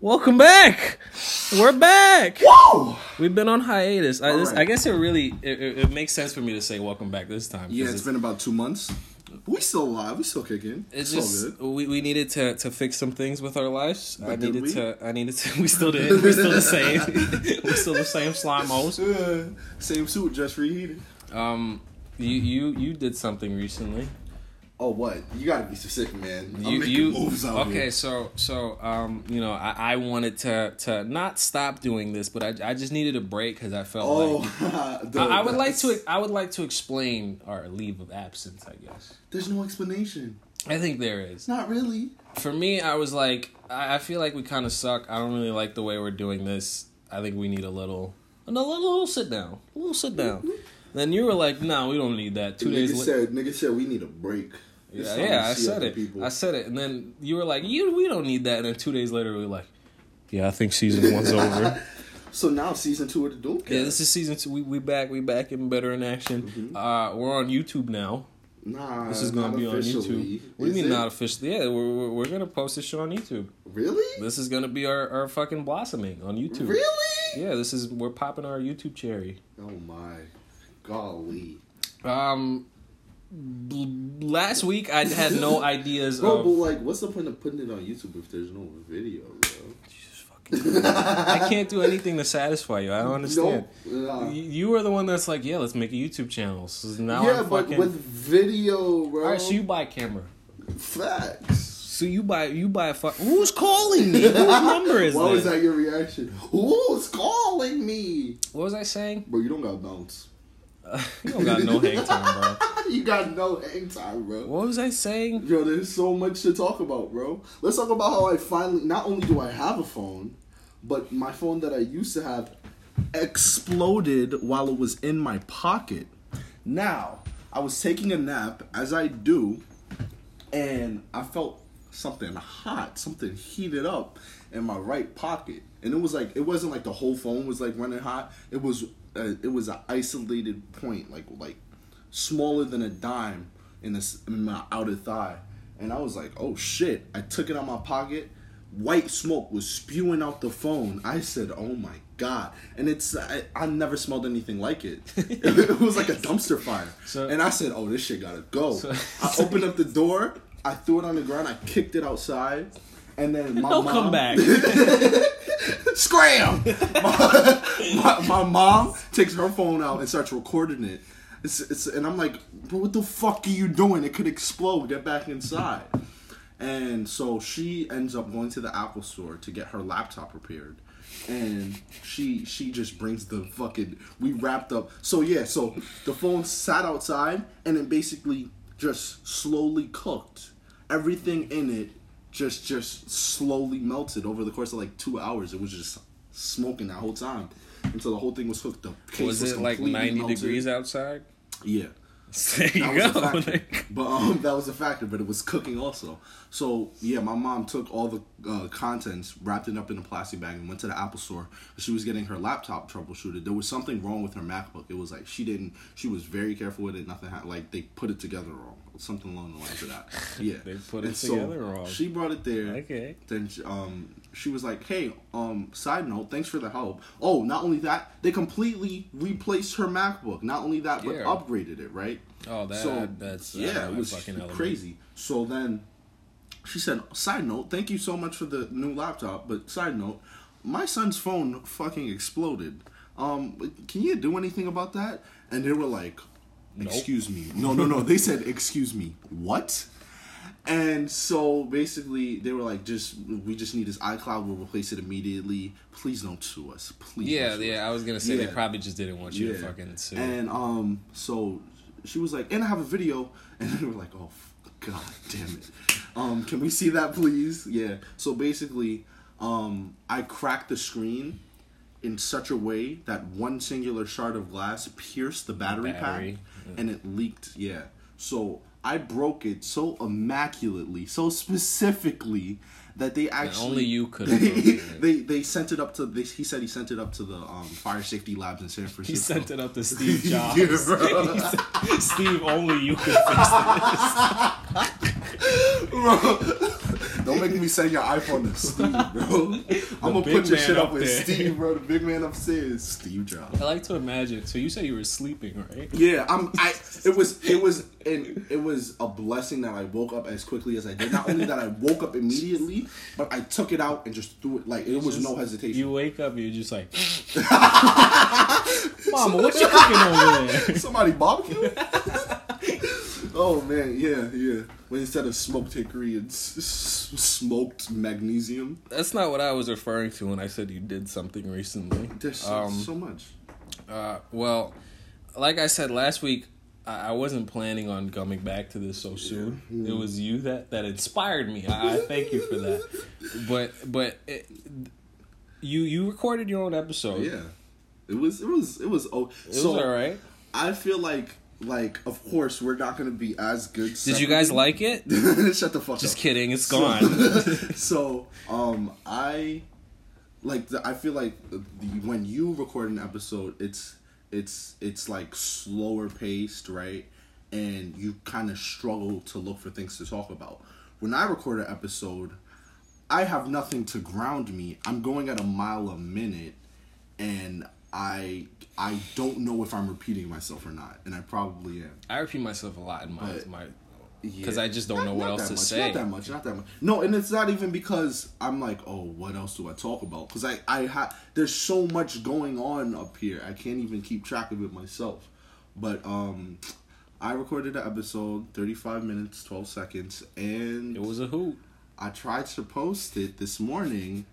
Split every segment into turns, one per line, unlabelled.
Welcome back. We're back.
Whoa!
We've been on hiatus. I, this,
Alright.
I guess it really it, it, it makes sense for me to say welcome back this time. 'cause
Yeah, it's been about two months. We still alive. We still kicking.
It's
It's, all
just
good.
we, we needed to, to fix some things with our lives. I
But did
needed
we?
to. I needed to. We still did. We're still the same. We're still the same slime holes.
Uh, same suit, just reheated.
Um, you you you did something recently.
Oh, what? You gotta be specific, man. I'm
you
making
you
moves out
okay?
here.
So so um, you know, I, I wanted to to not stop doing this, but I I just needed a break because I felt
Oh,
like.
dude,
I, I would like
that's-
to. I would like to explain our leave of absence. I guess.
There's no explanation.
I think there is.
Not really.
For me, I was like, I, I feel like we kind of suck. I don't really like the way we're doing this. I think we need a little, a little, little sit down, a little sit down. Then you were like, no, we don't need that. Two
nigga
days later.
said, nigga said we need a break. It's
Yeah,
time
yeah,
to
I
see
said
other
it.
People.
I said it, and then you were like, "You, we don't need that." And then two days later, we were like, "Yeah, I think season one's over."
so now season two of the Doomcast.
Yeah, this is season two. We we back. We back in better in action.
Mm-hmm.
Uh, we're on YouTube now.
nah.
This is gonna
not
be on
officially.
YouTube. What do you
Is
mean
it?
not officially? Yeah, we're, we're we're gonna post this shit on YouTube.
Really?
This is gonna be our, our fucking blossoming on YouTube.
Really?
Yeah, this is we're popping our YouTube cherry.
Oh my, golly.
Um, bl- last week I had no ideas
Bro,
of.
but like, what's the point of putting it on YouTube if there's no video, bro?
Jesus fucking- I can't do anything to satisfy you. I don't understand.
No,
Y-
nah.
You are the one that's like, yeah, let's make a YouTube channel. So now
yeah,
I'm
but
fucking.
with video, bro.
All right, so you buy a camera.
facts.
So you buy you buy a fuck. Who's calling me? Whose number is
Why
this?
was that your reaction? Who's calling me?
What was I saying?
Bro, you don't got bounce.
you don't got no hang time, bro.
you got no hang time, bro.
What was I saying?
Yo, there's so much to talk about, bro. Let's talk about how I finally. Not only do I have a phone, but my phone that I used to have exploded while it was in my pocket. Now, I was taking a nap, as I do, and I felt something hot, something heated up in my right pocket, and it was like it wasn't like the whole phone was like running hot. It was uh, it was an isolated point, like like smaller than a dime in this in my outer thigh, and I was like, oh shit! I took it out my pocket. White smoke was spewing out the phone. I said, "Oh my god!" And it's I, I never smelled anything like it. it was like a dumpster fire.
So-
and I said, "Oh, this shit gotta go."
So-
I opened up the door. I threw it on the ground. I kicked it outside, and then my
No
mom
comeback.
scram. my, my, my mom takes her phone out and starts recording it. It's, it's, and I'm like, bro, what the fuck are you doing? It could explode. Get back inside. And so she ends up going to the Apple store to get her laptop repaired. And she she just brings the fucking we wrapped up. So yeah, so the phone sat outside and it basically just slowly cooked. Everything in it just just slowly melted over the course of like two hours. It was just smoking that whole time until the whole thing was hooked up. Case
Was it like
completely
90
melted.
degrees outside?
Yeah.
There
That
you
was
go.
a factor. but um, that was a factor, but it was cooking also. So yeah, my mom took all the uh, contents, wrapped it up in a plastic bag, and went to the Apple store. She was getting her laptop troubleshooted. There was something wrong with her MacBook. It was like she didn't. She was very careful with it. Nothing happened. Like they put it together wrong. Something along the lines of that. Yeah,
They put it
And
together wrong.
She brought it there.
Okay.
Then um, she was like, "Hey, um, side note, thanks for the help. Oh, not only that, they completely replaced her MacBook. Not only that, but
Yeah.
upgraded it, right?
Oh, that- that's-
yeah,
uh,
it was
fucking element.
crazy. So then she said, "Side note, thank you so much for the new laptop, but side note, my son's phone fucking exploded. Um, can you do anything about that?" And they were like, "Excuse me, no, no, no." They said, "Excuse me, what?" And so basically, they were like, "Just we just need this iCloud. We'll replace it immediately. Please don't sue us. Please." don't
Yeah,
sue us."
yeah. I was gonna say they
Yeah.
probably just didn't want you to
Yeah.
fucking sue.
And um, so she was like, and I have a video, and then we were like, oh f- god damn it, um, can we see that please? Yeah. So basically, um, I cracked the screen in such a way that one singular shard of glass pierced the battery,
Battery. Mm.
pack, and it leaked. Yeah. So. I broke it so immaculately, so specifically that they actually
only you could have broken it.
they they sent it up to they, he said he sent it up to the um, fire safety labs in San Francisco.
He sent it up to Steve Jobs.
Yeah, bro.
He said, Steve, only you could fix it.
Bro, Don't make me send your iPhone to Steve, bro. I'm gonna
big
put your
man
shit up,
up
with
there.
Steve, bro. The big man upstairs, Steve Jobs.
I like to imagine. So you said you were sleeping, right?
Yeah, I'm. I. It was. It was. And it was a blessing that I woke up as quickly as I did. Not only that I woke up immediately, but I took it out and just threw it. Like it was
Just-
no hesitation.
You wake up, you're just like, Mama, what you cooking over there?
Somebody barbecue? oh man, yeah, yeah. When instead of smoked hickory, it's s- s- smoked magnesium.
That's not what I was referring to when I said you did something recently.
There's so,
Um,
so much.
Uh, well, like I said last week, I, I wasn't planning on coming back to this so soon.
Mm-hmm.
It was you that that inspired me. I, I thank you for that. But but it, you you recorded your own episode.
Yeah, it was it was it was oh.
it
so
was all right.
I feel like like of course we're not gonna be as good.
Did you guys like it?
Shut the fuck up.
Just kidding. It's
So-
gone.
so um i like the, i feel like the, when you record an episode it's it's it's like slower paced right and you kind of struggle to look for things to talk about when i record an episode i have nothing to ground me i'm going at a mile a minute and i i don't know if i'm repeating myself or not and i probably am
I repeat myself a lot in my my because
yeah.
I just don't know what
Not
else
that
to
much,
say.
Not that much. Not that much. No, and it's not even because I'm like, oh, what else do I talk about? Because I, I ha- there's so much going on up here. I can't even keep track of it myself. But um, I recorded an episode, 35 minutes, 12 seconds, and
It was a hoot.
I tried to post it this morning,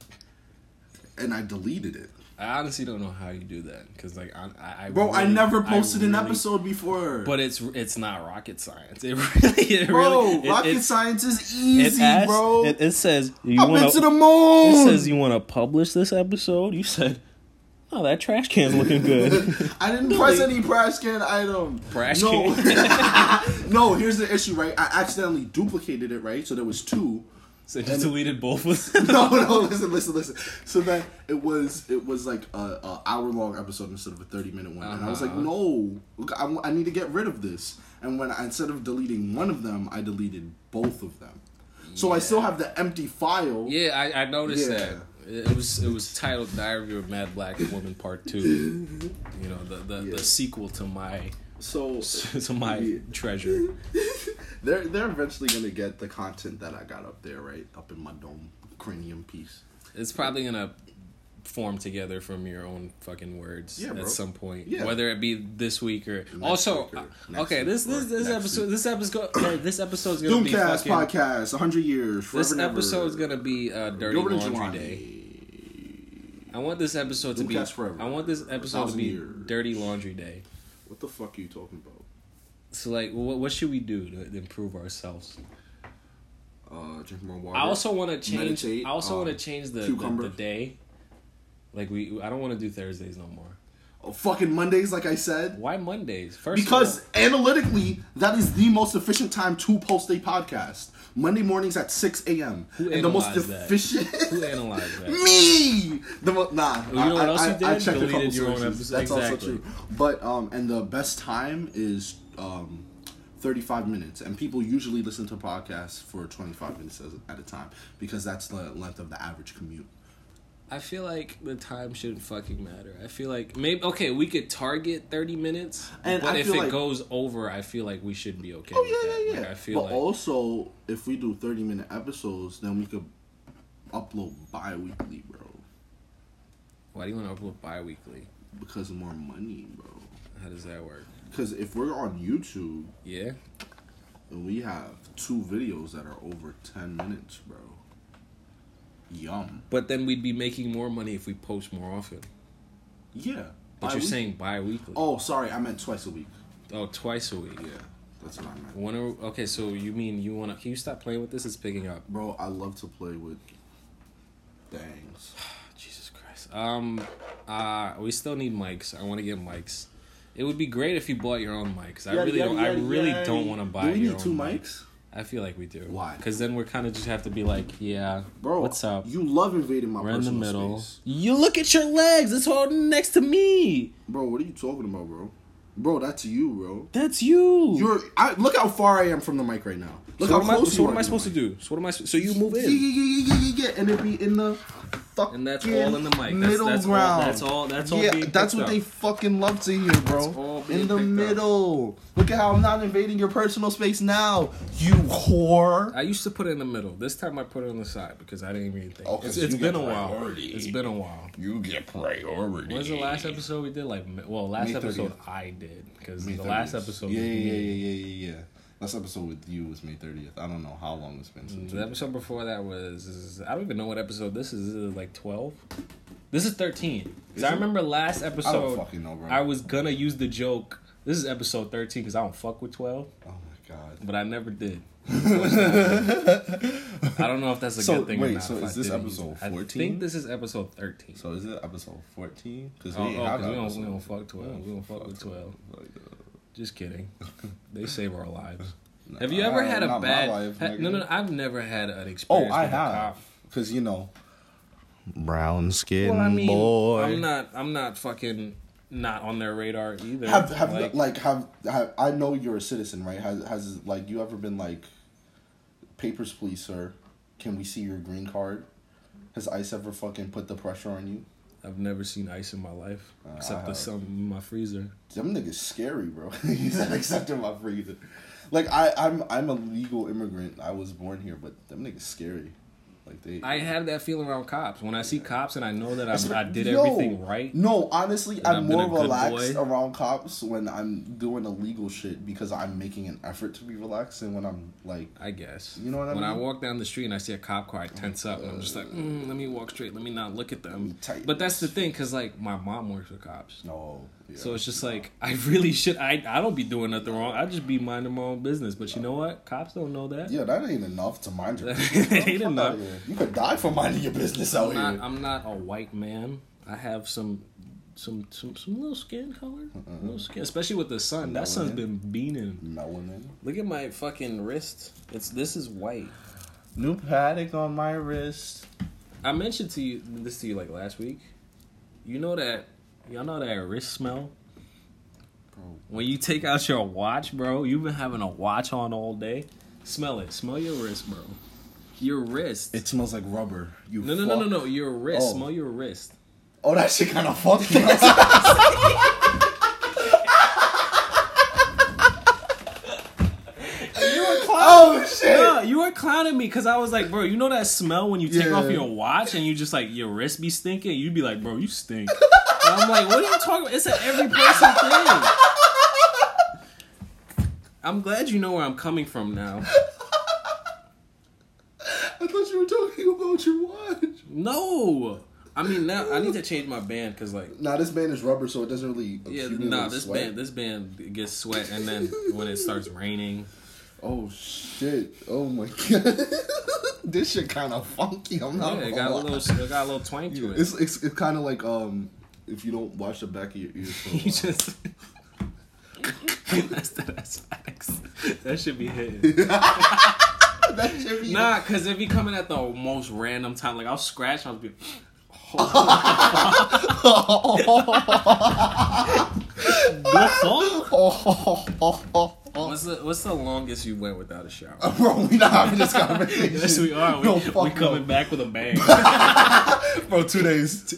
and I deleted it.
I honestly don't know how you do that because like I, I, I
Bro, I
really-
never posted an
really-
episode before.
But it's it's not rocket science. It really, it
bro,
really, it-
rocket
it-
science is
it
easy,
asks-
bro.
It, it says you
I've been
want
to
to.
the moon.
It says you want to publish this episode. You said, "Oh, that trash can's looking good."
I didn't press any trash can item.
Trash
no. no, here's the issue, right? I accidentally duplicated it, right? So there was two.
so you just deleted both. Of
No, no, listen, listen, listen. So then it was it was like a, a hour long episode instead of a thirty minute one, and I was like,
Uh-huh.
no, look, I, wa- I need to get rid of this. And when I, instead of deleting one of them, I deleted both of them. So I still have the empty file.
yeah, I, I noticed
Yeah.
that. It it was it was titled "Diary of a Mad Black Woman Part 2. You know the the,
Yeah.
the sequel to my
So
to my
Yeah.
treasure.
they're they're eventually gonna get the content that I got up there, right? Up in my dome cranium piece.
It's probably gonna form together from your own fucking words
Yeah, bro.
at some point.
Yeah.
Whether it be this week or also
week or
uh,
next
okay,
week
this this
or
this
next
episode
week.
this episode uh, this episode's gonna be
Doomcast
fucking,
podcast, hundred years. Forever
This episode's gonna be uh, dirty
Gilbert and
laundry
Jelani.
day. I want this episode to be
Doomcast forever.
I want this episode to
thousand
be
years.
dirty laundry day.
What the fuck are you talking about?
So like, what what should we do to improve ourselves?
Uh, drink more water.
I also want to change.
Meditate,
I also
um,
want to change the, the
cucumber.
the day. Like we, I don't want to do Thursdays no more.
oh, fucking Mondays, like I said,
Why Mondays? First of
because analytically that is the most efficient time to post a podcast. Monday mornings at six a.m.
Who
and the most
analyzed that?
efficient.
Who analyzed that?
Me, the mo- nah.
You know what else you did?
I, I checked a
Deleted
couple
your own
sources.
episode.
That's also
Exactly.
true. But um, and the best time is um, thirty-five minutes, and people usually listen to podcasts for twenty-five minutes as- at a time because that's the length of the average commute.
I feel like the time shouldn't fucking matter. I feel like maybe okay, we could target thirty minutes,
And
but
I
if it
feel like-
goes over, I feel like we should be okay.
Oh
with
yeah,
that.
yeah, oh. yeah.
Like, I feel
but
like
also, if we do thirty-minute episodes, then we could upload bi-weekly, bro,
why do you want to upload bi-weekly?
because of more money, bro.
How does that work?
Because if we're on YouTube
Yeah,
And we have two videos that are over 10 minutes, bro. Yum.
but then we'd be making more money if we post more often.
Yeah.
But you're
Bi-week-
saying bi-weekly? Oh.
Oh, sorry, I meant twice a week.
twice a week.
Yeah, that's what I meant.
When are, okay, so you mean you want to? Can you stop playing with this? It's picking up.
Bro, I love to play with things.
Jesus Christ. Um, uh, we still need mics. I want to get mics. It would be great if you bought your own mics. I really don't. I really don't want to buy.
Do we
your
need
own
two
mic.
mics?
I feel like we do.
Why?
Because then we're kind of just have to be like, yeah,
Bro,
what's up?
You love invading my
we're in the
personal
middle.
space.
You look at your legs. It's all next to me.
Bro, what are you talking about, bro? Bro, that's you, bro.
That's you.
You're I, look how far I am from the mic right now. Look
so what,
how
am I,
close
so
you
what am
are
I supposed to
the
do? So what am I? s- So you move
mic.
in.
Yeah, yeah, yeah, yeah, yeah, yeah, and it be in the fucking
And that's all in the mic. That's,
middle
that's
ground.
All, that's all. That's all.
yeah,
being
that's what
picked
they
up.
fucking love to hear, bro.
That's all being
in the
picked up.
middle. Look at how I'm not invading your personal space now, you whore.
I used to put it in the middle. This time I put it on the side because I didn't even think.
Oh, 'cause
it's
you
it's
get
been a while.
priority.
It's been a while.
You get priority.
What was the last episode we did? Like, mi- well, last
May 30th.
episode I did because the
May
last
30th.
episode.
Yeah,
was
yeah, yeah,
me.
yeah, yeah, yeah. Last episode with you was May thirtieth. I don't know how long it's been since.
The episode before that was I don't even know what episode this is. Is it like twelve? This is thirteen. 'Cause
Is
I
it?
remember last
I don't
episode
fucking know, bro.
I was gonna use the joke. This is episode thirteen because I don't fuck with twelve,
oh my god.
but I never did. I don't know if that's a
So,
good thing. or
wait,
not,
so is
if I
this
didn't use
episode
it. I think
14?
this is episode thirteen.
So is it episode fourteen? Because
Oh,
we,
oh,
ain't have
'cause we
that
don't, we
episode.
don't fuck twelve. We don't fuck with twelve.
Like, uh,
Just kidding. they save our lives.
nah,
Have you ever had a
not my
bad?
life,
ha- no,
nigga.
no, no, I've never had an
Oh,
experience.
I
with a
have.
cop.
Because you know, brown skin
Well, I mean,
boy.
I'm not. I'm not fucking not on their radar either.
Have have
Like,
like, have have I know you're a citizen, right? Has has like you ever been like papers please, sir? Can we see your green card? Has ICE ever fucking put the pressure on you?
I've never seen ice in my life
Uh, I
except the
have.
some in my freezer.
Them niggas scary, bro. He's not accepting my freezer. Like I, I'm I'm a legal immigrant. I was born here, but them niggas scary. Like they
I have that feeling around cops. When I see cops and I know that I'm, I did
Yo,
everything right.
No, honestly, I'm,
I've been
more
a good
relaxed
boy.
around cops when I'm doing illegal shit because I'm making an effort to be relaxed, and when I'm like,
I guess.
You know what I
When I
mean?
walk down the street and I see a cop car, I tense up. And I'm just like, mm, let me walk straight. Let me not look at them.
tighten
But that's the
this.
thing, because, like, my mom works with cops.
no, yeah.
So it's just like I really should. I I don't be doing nothing wrong. I just be minding my own business. But you know what? Cops don't know that.
yeah, that ain't enough to mind your business.
That ain't
Fuck outta
enough.
here. You could die for minding your business out
I'm not,
here.
I'm not a white man. I have some some some, some little skin color,
Uh-uh.
little skin, especially with the sun. That sun's
Melanin.
been beaning.
Melanin.
Look at my fucking wrist. It's this is white.
New paddock on my wrist.
I mentioned to you this to you like last week. You know that y'all know that wrist smell.
Bro.
When you take out your watch, bro, you've been having a watch on all day. Smell it. Smell your wrist, bro. Your wrist.
It smells like rubber. You
no, no, no, no,
fuck.
no. Your wrist.
Oh.
Smell your wrist.
Oh, that shit kind of fucked up.
You were
oh shit.
No, you were clowning me because I was like, bro, you know that smell when you take
Yeah.
off your watch and you just like your wrist be stinking. You'd be like, bro, you stink. and I'm like, what are you talking about? It's an every person thing. I'm glad you know where I'm coming from now.
I thought you were talking about your watch.
No, I mean now I need to change my band because like.
Nah, this band is rubber, so it doesn't really.
Yeah,
accumulate
nah, this
sweat.
band, this band gets sweat, and then when it starts raining,
Oh shit! Oh my god! this shit kind of funky. I'm
yeah,
not.
it
gonna
got a
lie.
little, it got a little twang to it.
It's it's it's kind of like um if you don't wash the back of your ears. For a
You
while.
just. that's the that's facts. That should be hitting.
that should be
Nah, cause if he coming at the most random time, like I'll scratch, I'll be.
Oh.
What's the What's the longest you went without a shower?
Bro, we not having this conversation.
Yes, we are. We,
Oh, No,
we
fuck
coming
no.
back with a bang.
Bro, two days. T-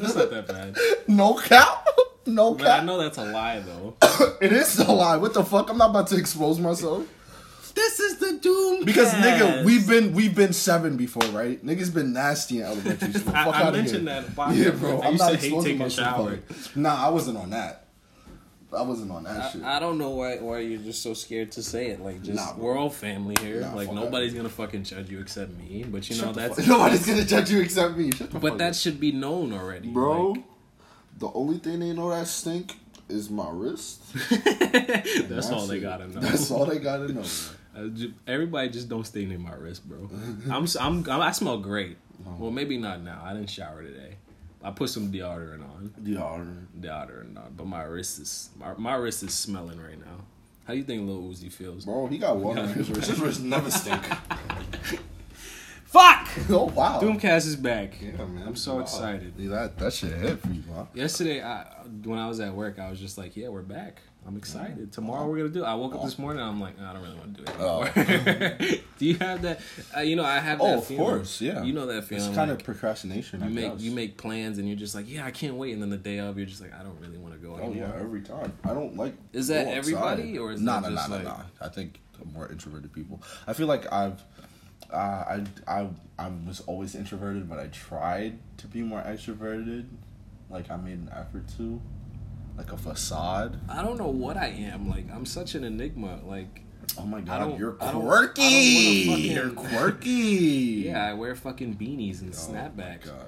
That's not that bad.
No cap. No
But I
cap.
know that's a lie though.
It is a lie. What the fuck? I'm not about to expose myself.
This is the doom.
Because nigga, we've been we've been seven before, right? Niggas been nasty in elementary school.
I,
Fuck
I
outta
mentioned
here.
that. Bob,
Yeah, bro.
I
I'm
used
not
to hate
exposing
taking a
myself.
shower.
public. Nah, I wasn't on that. I wasn't on that shit.
I don't know why why you're just so scared to say it. Like, just
Nah, bro.
we're all family here.
Nah,
like
fuck
nobody's gonna fucking judge you except me. But you know
Shut the
oh, that's
fuck- nobody's gonna judge you except me. Shut the fuck
but
up.
that should be known already,
Bro,
Like,
the only thing they know that stink is my wrist.
that's all they
it.
gotta know.
That's all they gotta know. man.
I Uh, ju- Everybody just don't stay near my wrist, bro. I'm s- I'm, I'm I smell great.
Oh.
Well, maybe not now. I didn't shower today. I put some deodorant on,
Yeah,
deodorant on, but my wrist is my, my wrist is smelling right now. How you think Lil Uzi feels?
bro, he got water in his wrist. His wrist never stink.
Fuck!
Oh wow.
Doomcast is back.
Yeah, man.
I'm so
Wow.
excited.
Dude, that that shit hit for you, huh?
Yesterday, I, when I was at work, I was just like, "Yeah, we're back. I'm excited. Tomorrow we're gonna do." It. I woke up this morning. I'm like, "Nah, "I don't really want to do it." Anymore. do you have that? Uh, you know, I have.
Oh,
that
of
feeling.
course, yeah.
You know that
It's
feeling.
kind
like,
of procrastination. I
you make
guess.
you make plans and you're just like, "Yeah, I can't wait," and then the day of, you're just like, "I don't really want to go
Oh yeah,
anymore."
every time. I don't like.
Is that
go outside.
everybody, or is
nah,
that
nah,
just
nah, nah,
like-
nah? I think the more introverted people. I feel like I've, uh, I, I, I was always introverted, but I tried to be more extroverted. Like I made an effort to, like a facade.
I don't know what I am. Like, I'm such an enigma. Like,
Oh my
don't-
god, you're
I don't- I don't
quirky.
wanna fucking-
You're quirky.
yeah, I wear fucking beanies and
Oh my
snapbacks.
God.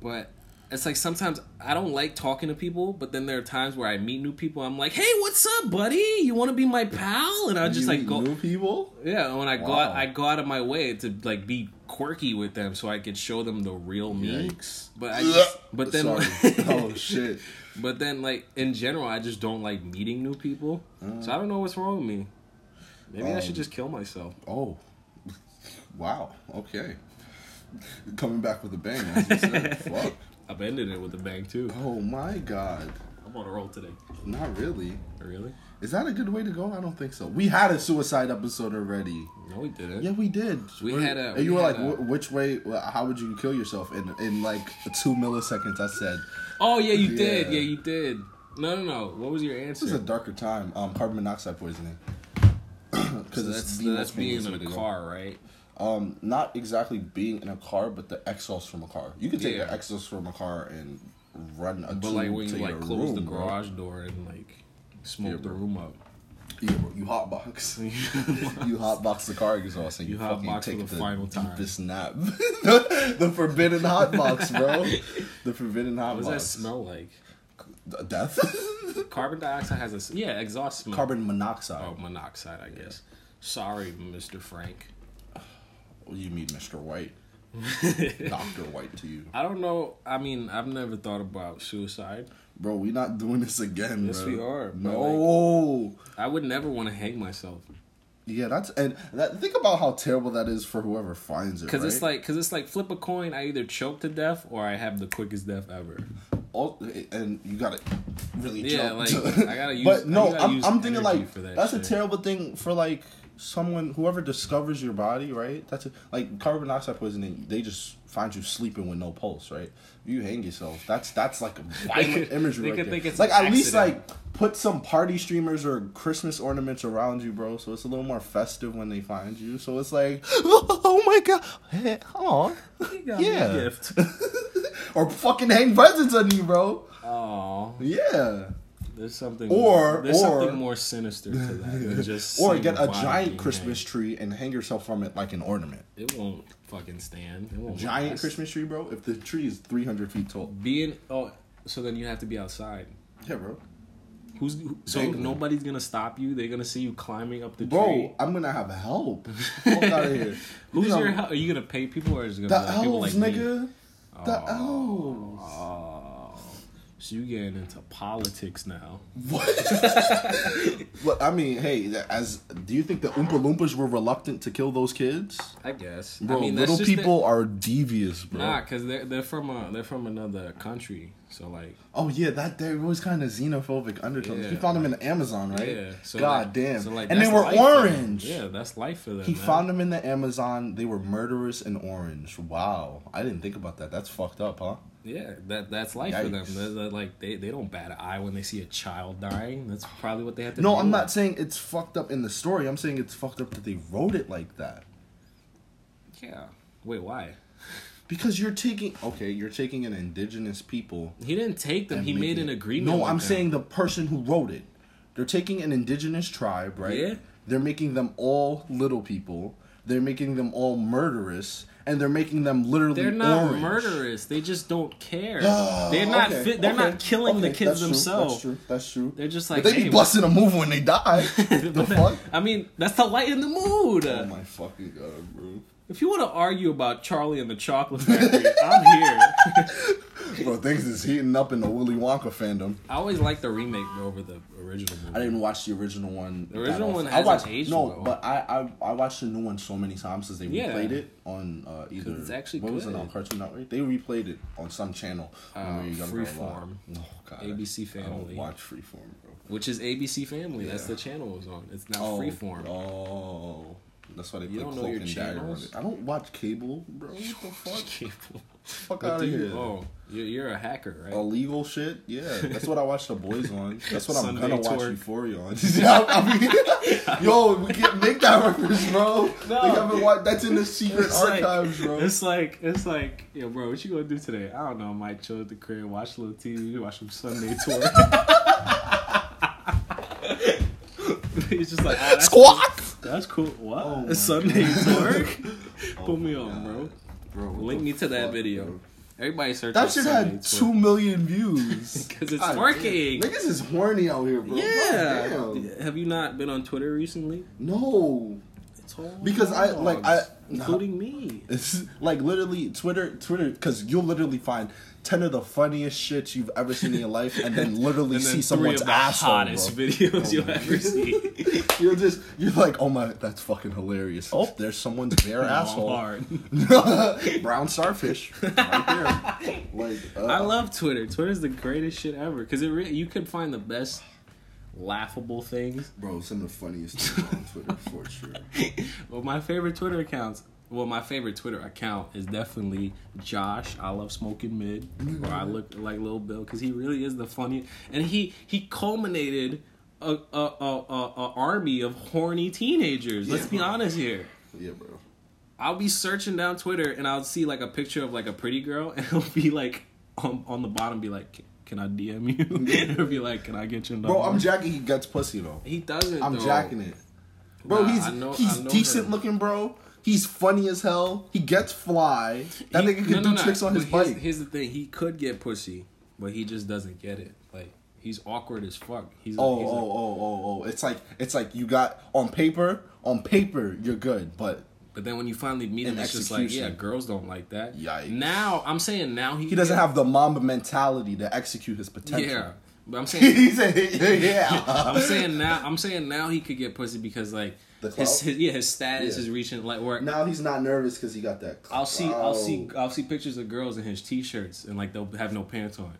but it's like sometimes I don't like talking to people, but then there are times where I meet new people. I'm like, "Hey, what's up, buddy? You want to be my pal?" And I
You
just like
meet
go,
new people.
yeah. When I go out,
Wow.
I go out of my way to like be quirky with them, so I could show them the real me.
Yikes.
But I just, but then,
Sorry. oh shit.
but then like in general, I just don't like meeting new people. so I don't know what's wrong with me. Maybe I should
Um,
just kill myself.
Oh, wow. Okay, coming back with a bang. As you said. Fuck.
I've ended it with a bang too.
Oh my god.
I'm on a roll today.
Not really.
Really?
Is that a good way to go? I don't think so. We had a suicide episode already.
No, we didn't.
Yeah, we did.
We
We're-
had a-
And
we
you were
had
like,
a-
"Wh- which way? wh- How would you kill yourself? In in like two milliseconds, I said.
Oh yeah, you did.
Yeah.
Yeah, you did. No, no, no. What was your answer?
This is a darker time. Um, carbon monoxide poisoning.
So
Because
that's that's being in a car, right?
Um, not exactly being in a car, but the exhaust from a car. You could take
Yeah.
the exhaust from a car and run a
But
tube
like when
to
you like
your
close the
room, bro.
garage door and like smoke
Yeah,
the
bro.
room up,
Yeah, bro, you hotbox. you hotbox the car exhaust and you,
You
fucking
hotbox for
take
the
the,
final time.
deepest nap. the, the forbidden hotbox, bro. The forbidden hotbox.
what does that smell like?
D- Death.
Carbon dioxide has a s- yeah exhaust smell.
Carbon monoxide.
oh, monoxide, I guess. Sorry, Mister Frank.
Oh. You mean Mr. White, Doctor White to you,
I don't know. I mean, I've never thought about suicide.
bro? We not doing this again.
Yes,
bro.
we are, but,
No.
I would never want to hang myself
yeah, that's and that, think about how terrible that is for whoever finds it.
because it's
right?
like because it's like flip a coin. I either choke to death or I have the quickest death ever.
all, and you gotta really
Yeah,
jump.
like,
to-
I gotta use-
but
you
no,
gotta
I'm,
use
I'm thinking
energy
like
for that
that's
shit.
a terrible thing for like someone whoever discovers your body, right? That's a, like carbon dioxide poisoning. They just find you sleeping with no pulse, right? You hang yourself. That's that's like a violent
could-
imagery.
they
right
could
there.
think it's
like
an
at least
accident.
like put some party streamers or Christmas ornaments around you, bro. So it's a little more festive when they find you. So it's like, oh my god, hey, aw. Yeah.
gift.
or fucking hang presents on you, bro.
Oh,
Yeah.
there's something
Or-
there's
or-
something more sinister to that than just
or
seeing
get a
body
giant
being
Christmas tree and hang yourself from it like an ornament.
hanged. It won't fucking stand. It won't
Giant
last.
Christmas tree, bro. If the tree is three hundred feet tall,
Being oh, so then you have to be outside.
yeah, bro.
Who's who- so
Dangling.
nobody's gonna stop you. They're gonna see you climbing up the
Bro,
tree.
I'm gonna have help. Fuck out of here.
Who's
You know,
your help? Are you gonna pay people or is it
The
gonna be like,
elves,
people like me?
nigga. The elves.
Oh, so you getting into politics now?
What? But I mean, hey, that- as do you think the Oompa Loompas were reluctant to kill those kids?
I guess.
Bro,
I mean, that's
little
just the-
people are devious, bro.
Nah, cause they're they're from a they're from another country. So like.
Oh yeah, that they was kind of xenophobic undertones.
Yeah.
He found them in the Amazon, right?
Yeah. So
God
like-
damn.
so, like,
and they
that's
were
life for them.
orange.
Yeah, that's life for them.
He
man.
found them in the Amazon. They were murderous and orange. Wow, I didn't think about that. That's fucked up, huh?
Yeah, that that's life for them.
Yikes.
They're, they're like they, they don't bat an eye when they see a child dying. That's probably what they have to.
No,
do.
I'm not saying it's fucked up in the story. I'm saying it's fucked up that they wrote it like that.
Yeah. Wait, why?
Because you're taking okay, you're taking an indigenous people.
He didn't take them.
and
He made
making
an
it-
agreement.
No,
with
I'm
them.
saying the person who wrote it. They're taking an indigenous tribe, right?
Yeah.
They're making them all little people. They're making them all murderous, and they're making them literally
they're not
orange.
murderous. They just don't care.
Ah,
they're not.
okay,
Fi- they're
okay,
not killing the
okay,
kids
that's true,
themselves.
that's true. That's true.
They're just
But
like
they
hey,
be busting a move when they die. the fuck?
I mean, that's the light in the mood.
Oh my fucking god, bro.
if you want to argue about Charlie and the Chocolate Factory, I'm here.
Bro, things is heating up in the Willy Wonka fandom.
I always like the remake over the original movie.
I didn't watch the original one.
The original
that
one hasn't
often. I watched,
aged
No,
well.
but I, I I watched the new one so many times since they
Yeah.
replayed it on uh, either.
it's actually
what was it
good.
on Cartoon Network? They replayed it on some channel. when
Uh,
we were younger a lot.
Freeform.
Oh god.
ABC
I don't
Family.
watch Freeform, bro.
Which is ABC Family. That's
Yeah.
the channel it was on. It's now
Oh,
Freeform.
Oh. That's why they play
don't know
Cloak
your
and Dagger. on
channels?
it. I don't watch cable, bro. What the fuck?
Cable.
fuck
What
out
do
of
you-
here.
Oh, you're, you're a hacker, right?
Illegal shit, yeah. That's what I watch the boys on. That's what I'm
Sunday
gonna watch
twerk.
Euphoria on. Yeah, I mean- yo, we can't make that reference, bro.
No.
we haven't watched. That's in the secret archives,
like,
bro.
It's like it's like, yo, bro, what you gonna do today? I don't know. Might chill at the crib, watch a little TV, watch some Sunday tour. He's just like "Ah, that's
Squawk.
Cool. That's cool. What?
Oh my Oh
a Sunday tour? Put me
my
on, bro.
God. Bro, what
Link
the
me to that
fuck,
video.
bro?
Everybody search.
That
up
shit
Sunday
had
tour.
two million views.
'Cause it's
God
working.
damn. Niggas is horny out here, bro. God damn.
Yeah. Have you not been on Twitter recently?
No,
It's all
Because I-
dogs,
like, I-
including me.
It's like literally Twitter, Twitter, because you'll literally find ten of the funniest shit you've ever seen in your life, and then literally
And then
see someone's
three of the
asshole. bro.
hottest videos
Oh
you'll
my
ever see.
You're just, you're like, oh my, that's fucking hilarious. Oh, there's someone's bare asshole.
Hard.
Brown starfish, right there. Like, uh,
I love Twitter. Twitter's the greatest shit ever because it re- you can find the best laughable things.
bro. Some of the funniest people on Twitter for sure.
well, my favorite Twitter accounts. Well, my favorite Twitter account is definitely Josh. I love smoking mid, or I look like Lil Bill because he really is the funniest, and he he culminated a a, a, a, a army of horny teenagers. Let's
Yeah,
be
bro.
honest here.
Yeah, bro.
I'll be searching down Twitter and I'll see like a picture of like a pretty girl and it'll be like on, on the bottom be like, can I DM you? it'll be like, can I get your number?
Bro, I'm jacking. He gets pussy though.
he doesn't.
I'm
though.
jacking it. Bro,
Nah,
he's
I know-
he's
I know
decent
her.
looking, bro. He's funny as hell. He gets fly. That
He-
nigga can
no,
do
no, no.
tricks on his
But
bike.
here's, here's the thing: he could get pussy, but he just doesn't get it. Like he's awkward as fuck. He's a,
oh,
he's
oh,
a-
oh, oh, oh! It's like it's like you got on paper. On paper, you're good, but
but then when you finally meet
In
him, it's just like, yeah,
execution.
girls don't like that.
Yikes.
Now I'm saying now he
he doesn't have the Mamba mentality to execute his potential.
yeah, but I'm saying
he said, "Yeah."
I'm saying now. I'm saying now he could get pussy because like
The
his,
clout?
his yeah his status
Yeah.
is reaching like where
now he's not nervous because he got that.
I'll see I'll see
clout.
I'll see pictures of girls in his t-shirts and like they'll have no pants on.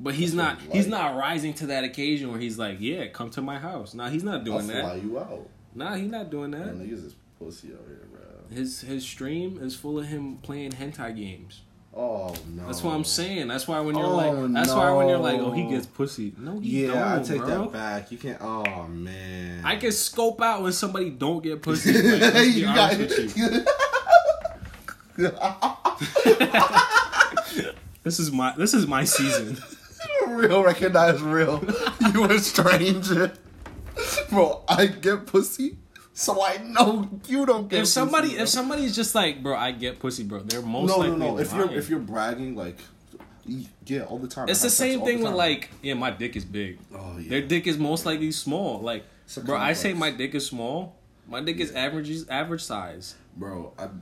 But he's not
That's what he
he's
like.
not rising to that occasion where he's like yeah come to my house. Nah, he's not
I'll
doing
fly
that.
you out.
Nah, he's not doing
Man,
that.
niggas is pussy out here, bro.
His his stream is full of him playing hentai games.
Oh no.
That's what I'm saying. That's why when you're
Oh,
like that's why when you're like oh he
no.
gets pussy. No, he
Yeah,
don't,
I take
bro.
that back. You can't. Oh man.
I can scope out when somebody don't get pussy. Like, let's be
you got
honest with you. This is my this is my season.
real, recognize real. You a stranger, bro. I get pussy, so I know you don't get.
if somebody
pussy,
if somebody's just like, bro, I get pussy, bro, they're
bro.
most
no, no,
likely
no. If you're
lying.
if you're bragging, like, yeah, all the time.
it's
I
the
have sex
same
all the
thing with
time.
like, yeah, my dick is big.
Oh, yeah.
Their dick is most likely small. Like,
It's a
bro, I say my
complex.
dick is small. My dick is average average size.
bro. I,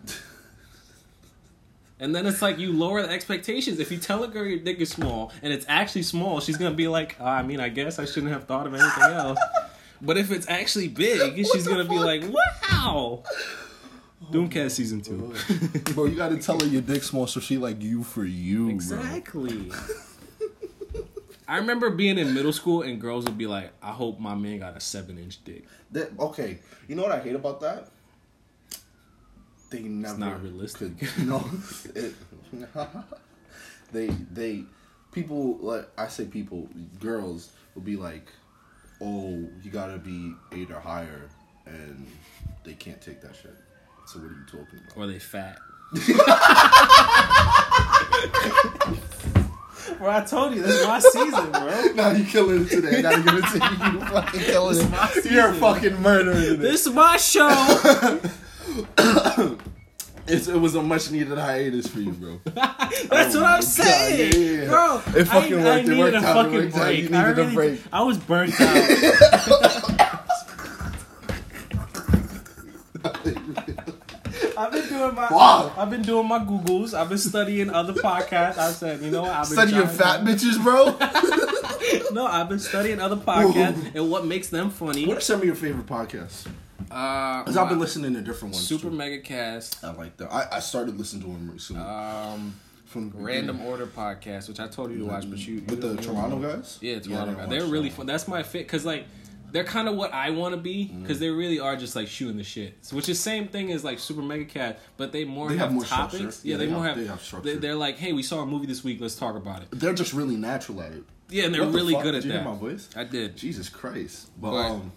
And then it's like you lower the expectations. If you tell a girl your dick is small and it's actually small, she's gonna be like, "Ah, I mean, I guess I shouldn't have thought of anything else. but if it's actually big,
What
she's
the
gonna be
fuck?
like, wow. Doomcast season two.
bro, you gotta tell her your dick small so she like you for you,
Exactly. I remember being in middle school and girls would be like, I hope my man got a seven inch dick.
bro. That, okay, you know what I hate about that? They never
not realistic.
could- no, it- they they people like I say people girls will be like, oh, you gotta be eight or higher, and they can't take that shit. So what are you talking about?
Or they fat. Bro, I told you, this is my season, bro.
Nah, you killing it today. I gotta give it to you. You fucking killing it. You're fucking murdering it.
This is my show.
It's, it was a much needed hiatus for you, bro.
That's what I'm
Oh, God,
saying,
yeah, yeah, yeah.
bro.
It fucking
I,
worked,
I
it
needed
worked
a
out, it
fucking
worked out,
break.
you
I
needed a
really
break.
I was burnt out. I've been doing doing my
Fuck.
I've been doing my Googles. I've been studying other podcasts. I said, you know what? I've been
Study your
trying-
fat bitches, bro.
No, I've been studying other podcasts and what makes them funny.
what are some of your favorite podcasts?
Uh,
Because I've been listening to different ones.
Super
too.
Mega Cast,
I like them. I, I started listening to them recently.
um,
from the
Random Order Podcast, which I told you to watch, but you, you
beginning.
don't-
with the
you don't
Toronto
remember.
guys.
Yeah,
I
Toronto
didn't
guys.
watch
They're really
that
fun. That's my fit because like they're kind of what I want to be
Mm-hmm.
because they really are just like shooting the shit, which is same thing as like Super Mega Cat, but they more
They
have,
have more
topics.
structure.
Yeah, they, more have.
they have structure.
They, are like, hey, we saw a movie this week. Let's talk about it.
one. They're just really natural at it.
Yeah, and they're
What the
really
fuck?
good at
Did you
that.
hear my voice?
I did.
Jesus Christ! But
But-
um,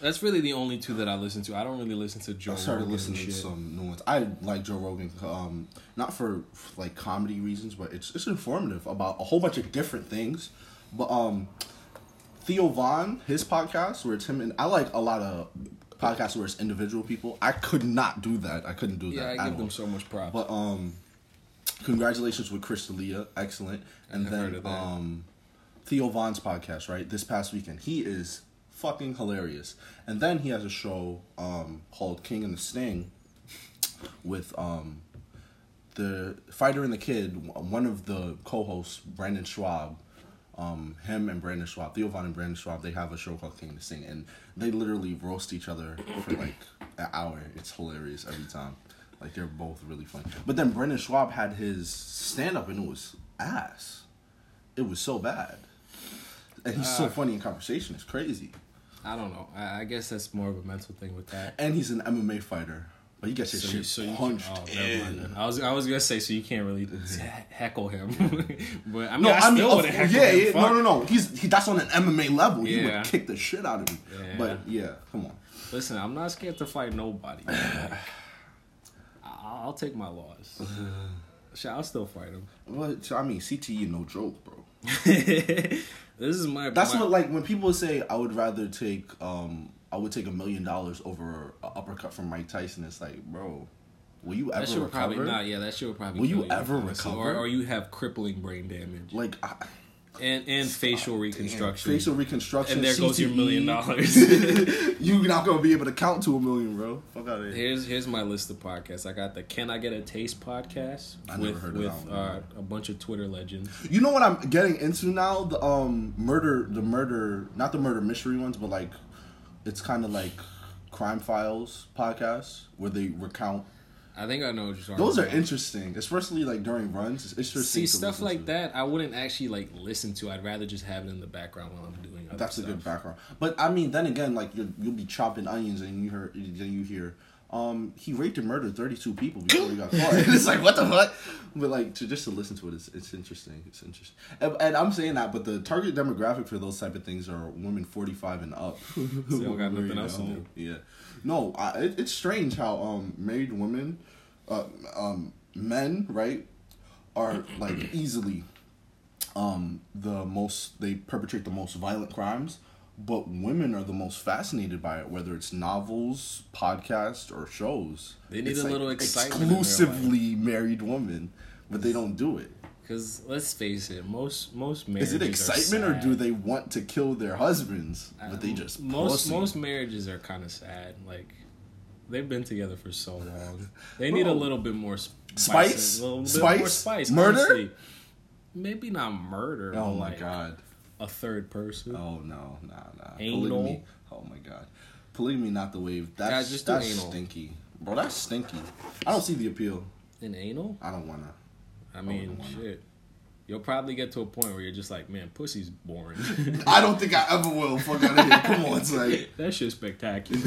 That's really the only two that I listen to. I don't really listen to Joe.
I started
Rogan
listening
and
to
shit.
some new ones. I like Joe Rogan, um, not for like comedy reasons, but it's it's informative about a whole bunch of different things. But um, Theo Vaughn, his podcast where it's him and I like a lot of podcasts where it's individual people. I could not do that. I couldn't do
Yeah,
that.
I
at
give
all.
them so much props.
But um, congratulations with Chris D'Elia, excellent. And
I heard
then
of that.
um, Theo Vaughn's podcast, right? This past weekend, he is fucking hilarious. And then he has a show um called King and the Sting with um the fighter and the kid. One of the co-hosts, Brandon Schwab. Um, him and Brandon Schwab, Theo Vaughn and Brandon Schwab, they have a show called King and the Sting, and they literally roast each other for like an hour. It's hilarious every time. Like they're both really funny. But then Brendan Schwab had his stand up and it was ass. It was so bad. And he's
Ah.
so funny in conversation. It's crazy.
I don't know. I, I guess that's more of a mental thing with that.
And he's an MMA fighter. But he gets his
So you,
shit
so you
punched
oh,
in.
never mind then. I was I was gonna say so you can't really he- heckle him, but I mean,
No,
I,
I, mean,
still
of-
wouldn't heckle
yeah,
him.
yeah,
Fuck.
no, no, no. He's he, that's on an MMA level. He
Yeah.
would kick the shit out of me.
Yeah.
But yeah, come on.
Listen, I'm not scared to fight nobody. Like, I- I'll take my loss. Shit, I'll still fight him.
What I mean, CTE no joke, bro.
this is my.
That's
my,
what like when people say I would rather take um I would take a million dollars over a uppercut from Mike Tyson. It's like, bro, will you ever
That shit would
recover?
probably not. Yeah, that shit would probably.
Will
kill
you ever
honestly,
recover?
Or, or you have crippling brain damage
Like I,
and and facial reconstruction.
facial reconstruction.
and there goes your
CTE.
million dollars.
You're not gonna be able to count to a million, bro. Fuck out of here.
Here's here's my list of podcasts. I got the Can I Get a Taste podcast
I never
with
heard of
with
that one.
uh, a bunch of Twitter legends.
You know what I'm getting into now? The um murder, the murder, not the murder mystery ones, but like it's kind of like crime files podcasts where they recount.
I think I know what you're talking
Those are
about.
interesting, especially like during runs. It's interesting.
See
to
stuff
listen
like
to.
that. I wouldn't actually like listen to. I'd rather just have it in the background while I'm doing. Other
That's
stuff.
a good background. But I mean, then again, like you're, you'll be chopping onions and you hear then you hear, um, he raped and murdered thirty two people before he got caught. it's like what the fuck? But like to just to listen to it, it's, it's interesting. It's interesting. And, and I'm saying that, but the target demographic for those type of things are women forty five and up. so
they don't got nothing else to do.
Yeah. No, I, it, it's strange how um married women, uh, um men right, are like easily um, the most they perpetrate the most violent crimes, but women are the most fascinated by it, whether it's novels, podcasts, or shows.
They need
It's,
a little excitement in their life.
Exclusively married women, but they don't do it.
Because let's face it, most most marriages
Is it excitement or do
they?
they want to kill their husbands? But they
Um,
just
most
pussy?
most marriages are kind of sad. Like they've been together for so long, they need a
Bro.
little bit more spice,
Spice?
a little bit
Spice?
more spice.
Murder?
honestly. maybe not murder.
Oh
but,
my
like,
god!
a third person.
Oh no, nah, nah.
Anal?
Polygamy. Oh my god, polygamy not the wave. That's
just do
that's
anal.
stinky, bro. That's stinky. I don't see the appeal.
An anal?
I don't wanna.
I mean,
Oh, why not?
shit. You'll probably get to a point where you're just like, man, pussy's boring.
I don't think I ever will. Fuck out of here. Come on, it's like.
that shit's spectacular.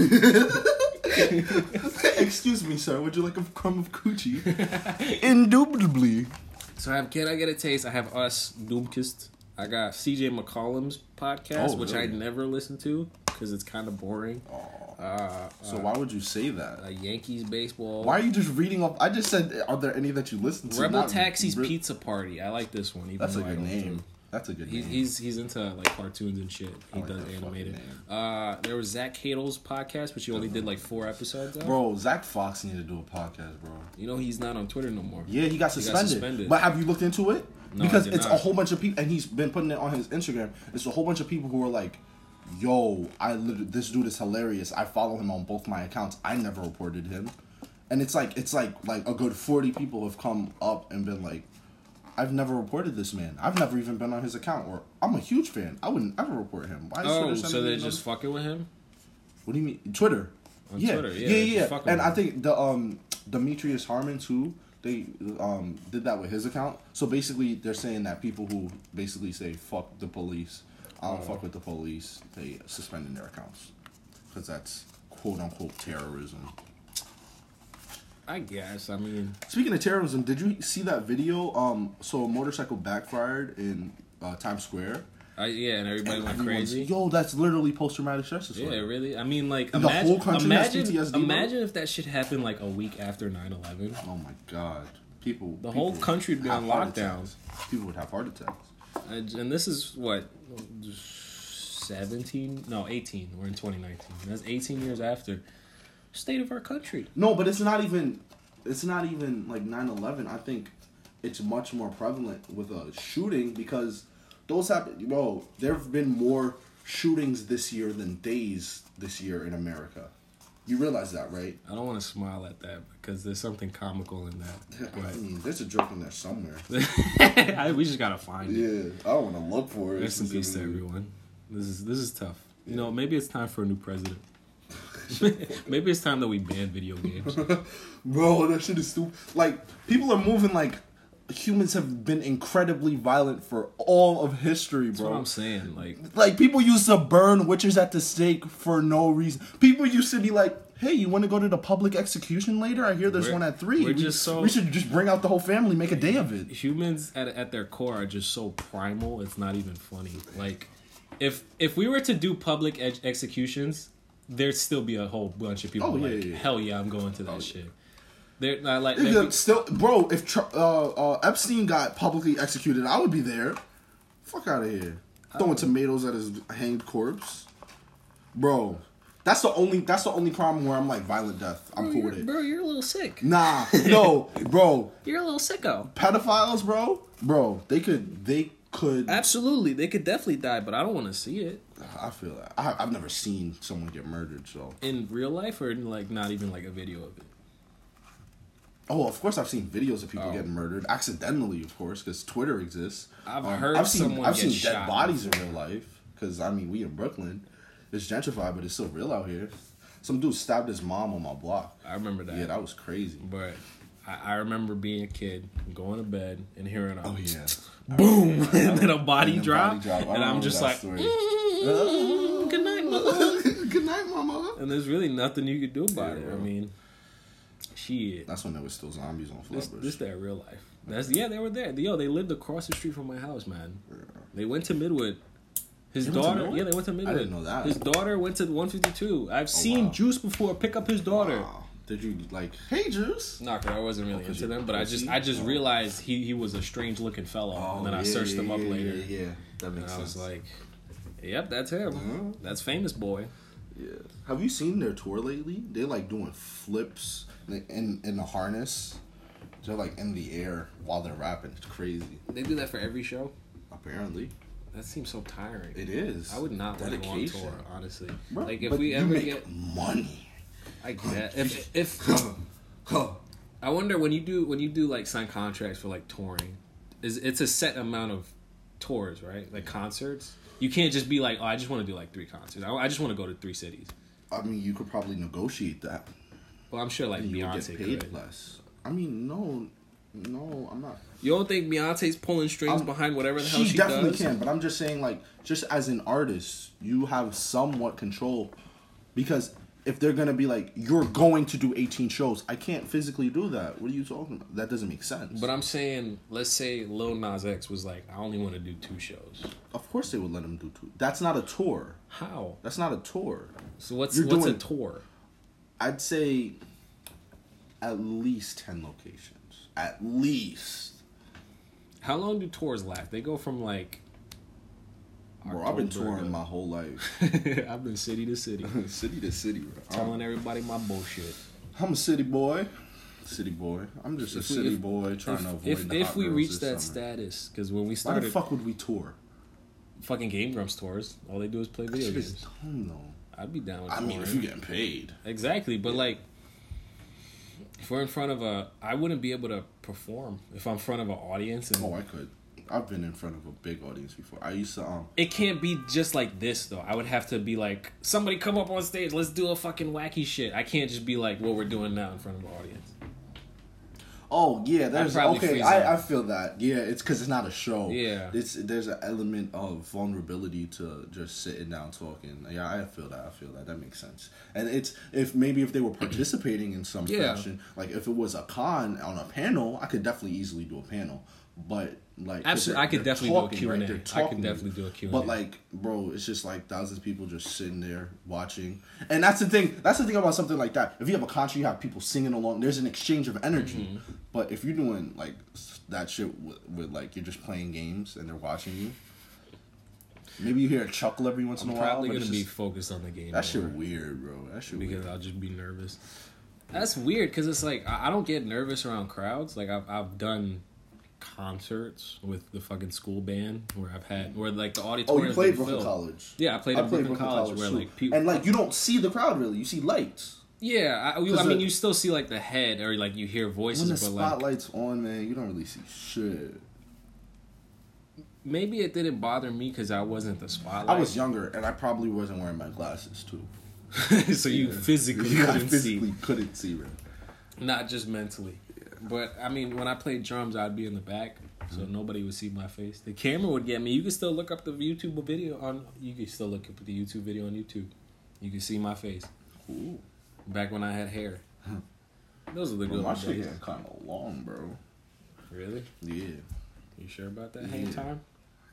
Excuse me, sir. Would you like a crumb of coochie? Indubitably.
so I have Can I Get a Taste? I have Us, Doomkist. I got CJ McCollum's podcast,
Oh,
which I
really?
never listen to because it's kind of boring. Uh,
So why would you say that?
uh, Yankees baseball.
Why are you just reading off? I just said, are there any that you listen to?
Rebel
Not
Taxi's
re-
Pizza Party. I like this one. Even
That's a
though I
good
don't
name.
do-
That's a good
He's,
name.
he's he's into like cartoons and shit. He
like
does
that
animated.
fucking name.
Uh, there was Zach Cadel's podcast, which he only did like four episodes. Of.
bro, Zach Fox needed to do a podcast, bro.
you know he's not on Twitter no more.
Yeah, he got suspended.
suspended.
But have you looked into it?
No, I
because
did
it's
not.
a whole bunch of people, and he's been putting it on his Instagram. It's a whole bunch of people who are like, "Yo, I lit- this dude is hilarious. I follow him on both my accounts. I never reported him." and it's like it's like like a good forty people have come up and been like, I've never reported this man. I've never even been on his account, or I'm a huge fan. I wouldn't ever report him. Why is
Oh,
Twitter
so
sending me
they're
another-
just fucking with him?
what do you mean Twitter?
On
yeah.
Twitter, yeah,
yeah,
just
yeah,
fuck with
And I
him.
think the um Demetrius Harmon too. They um did that with his account. So basically, they're saying that people who basically say "fuck the police," I
Oh.
don't fuck with the police. They suspending their accounts because that's quote unquote terrorism.
I guess. I mean,
Speaking of terrorism, did you see that video? Um, so a motorcycle backfired in uh, Times Square.
I, yeah, and everybody
and
went
everyone's-
crazy.
Yo, that's literally post traumatic stress
Yeah,
disorder.
really. I mean, like,
The
imagine,
whole country has
imagine,
PTSD, bro.
imagine if that shit happened like a week after 9-11.
Oh my god, people.
The
people
whole country would be
have
on
heart
lockdown.
attacks. People would have heart attacks.
And and this is what seventeen? No, eighteen. We're in twenty nineteen. That's eighteen years after state of our country.
No, but it's not even. It's not even like 9-11. I think it's much more prevalent with a shooting because those happen. Bro, there have been more shootings this year than days this year in America. You realize that, right?
I don't want to smile at that because there's something comical in
I
that.
mean, there's a joke in there somewhere.
But I- we just gotta find it.
Yeah, I don't want to look for it.
Rest in peace to everyone. This is this is tough. You know, maybe it's time for a new president. maybe it's time that we ban video games.
Bro, that shit is stupid. Like, people are moving like humans have been incredibly violent for all of history,
That's what
bro.
I'm saying. Like,
Like, people used to burn witches at the stake for no reason. People used to be like, hey, you want to go to the public execution later? I hear there's
We're-
one at 3
we're
we,
just so-
we should just bring out the whole family, make a day of it.
humans at, at their core are just so primal it's not even funny like if if we were to do public ex- executions there'd still be a whole bunch of people
Oh, yeah,
like
yeah, Oh, yeah.
hell yeah i'm going to that shit they're not like
If
they're-
you- Still, bro, if Tr- uh, uh, Epstein got publicly executed, I would be there. Fuck out of here.
Uh,
Throwing tomatoes at his hanged corpse, bro. That's the only. That's the only problem where I'm like violent death. I'm cool with
you're,
it.
bro you're a little sick
Nah, no, bro.
you're a little sicko
Pedophiles, bro, bro. They could. They could.
Uh, absolutely they could definitely die but i don't want to see it
I feel that. I, I've never seen someone get murdered. So.
in real life or in like not even like a video of it
Oh, of course, I've seen videos of people
Oh.
getting murdered accidentally, of course, because Twitter exists. Um,
I've heard someone get shot.
dead bodies in real life. Because I mean, we in Brooklyn, it's gentrified, but it's still real out here. Some dude stabbed his mom on my block.
i remember that
Yeah, that was crazy.
but I, I remember being a kid going to bed and hearing a
Oh yeah,
boom and then a body
And a
drop,
body drop. I
and i'm
remember
just
that
like
story.
"Mm, good night mom.
Good night, mama.
and there's really nothing you could do about
Yeah,
it. I
bro.
mean, shit.
That's when there was still zombies on
This
Flatbush.
this their real life. That's yeah, they were there. Yo, they lived across the street from my house, man. They went to Midwood. His
They went to
daughter,
Midwood?
yeah, they went to
I
Midwood.
didn't know that. Oh,
His daughter went to 152. I've seen
wow.
Juice before pick up his daughter.
Wow. Did you like, hey, Juice?
Nah, 'cause I wasn't really
'cause
into
you-
them, but I
you
just
see?
I just
Oh.
realized he, he was a strange looking fellow, and then I
yeah,
searched
yeah,
him up
yeah,
later,
Yeah, yeah. that
and
makes
I was
sense.
like, "Yep, that's him.
Mhm.
That's famous boy."
Yeah. Have you seen their tour lately? They're like doing flips like, in in a harness. They're like in the air while they're rapping. It's crazy.
They do that for every show.
Apparently,
That seems so tiring.
it is.
I would not want to go on tour, honestly.
Bro,
like if
but
we
you
ever
make Oh,
get,
money.
I get if if I wonder when you do when you do like sign contracts for like touring, is it's a set amount of tours, right? Like concerts. You can't just be like, oh, I just want to do like three concerts. I, I just want to go to three cities.
I mean, you could probably negotiate that.
Well, I'm sure like
And you'll get
Beyonce
paid
could.
less. I mean, no, no, I'm not.
You don't think Beyonce's pulling strings
I'm-
behind whatever the hell
Um, She
she
definitely
does?
can, but I'm just saying, like, just as an artist, you have somewhat control because if they're gonna be like, you're going to do 18 shows, I can't physically do that. What are you talking about? That doesn't make sense.
But I'm saying, let's say Lil Nas X was like, I only want to do two shows.
of course they would let him do two. That's not a tour.
How?
That's not a tour.
So what's
You're
what's a
doing-
tour?
I'd say at least 10 locations. At least.
How long do tours last? They go from like.
Bro, I've been
October
touring
to-
my whole life,
I've been city to city,
city to city, bro. I'm-
telling everybody my bullshit.
I'm a city boy. City boy. I'm just a
If we-
city
if-
boy trying to
If
avoid
if,
the
if
hot
we
girls
reach
this
that
summer.
status, because when we
Why the
started
fuck would we tour?
fucking Game Grumps tours, all they do is play
That
video
shit is
games.
dumb though.
I'd be down with
I mean,
touring.
if you're getting paid,
exactly, but like, If we're in front of a, I wouldn't be able to perform if I'm in front of an audience, and
Oh, I could. I've been in front of a big audience before. I used to um.
it can't be just like this though. I would have to be like, somebody come up on stage, let's do a fucking wacky shit. I can't just be like what we're doing now in front of an audience.
Oh yeah, there's
probably
okay.
freeze
I,
out.
I feel that. Yeah, it's because it's not a show.
Yeah.
it's there's an element of vulnerability to just sitting down talking. Yeah, I feel that. I feel that. That makes sense. And it's if maybe if they were participating in some
Yeah.
fashion, like if it was a con on a panel, I could definitely easily do a panel. But like, 'cause
Absolutely, I could
they're
definitely do a
talking,
Q&A.
right? They're
I could
talking.
definitely do a Q&A.
But like, bro, it's just like thousands of people just sitting there watching, and that's the thing. That's the thing about something like that. If you have a concert, you have people singing along. There's an exchange of energy.
Mm-hmm.
But if you're doing like s- that shit with, with like you're just playing games and they're watching you, maybe you hear a chuckle every once in a while.
Probably
But
gonna
it's
be
just-
focused on the game.
that shit
more.
weird, bro. That shit
because
weird.
I'll just be nervous. That's weird because it's like I I don't get nervous around crowds. Like I've I've done concerts with the fucking school band where I've had where like the
Oh,
auditorium.
you played Brooklyn College.
Yeah, I played
I
at
played
Brooklyn, College, where
too.
like people.
and like you don't see the crowd really. You see lights.
yeah, I, you-
'Cause
I mean,
the-
you still see like the head or like you hear
When
voices,
the
but like
spotlight's on, man, you don't really see shit.
maybe it didn't bother me because I wasn't the spotlight.
I was younger, and I probably wasn't wearing my glasses too.
so you physically
Yeah, I
couldn't see.
physically couldn't see. Right?
not just mentally. But I mean, when I played drums, I'd be in the back, so nobody would see my face. The camera would get me. You can still look up the YouTube video on. You can still look up the YouTube video on YouTube. You can see my face.
Ooh,
Back when I had hair. Those are the
bro,
good
my
old
shit
days.
getting kind of long, bro.
Really?
Yeah.
You sure about that hang
Yeah.
time?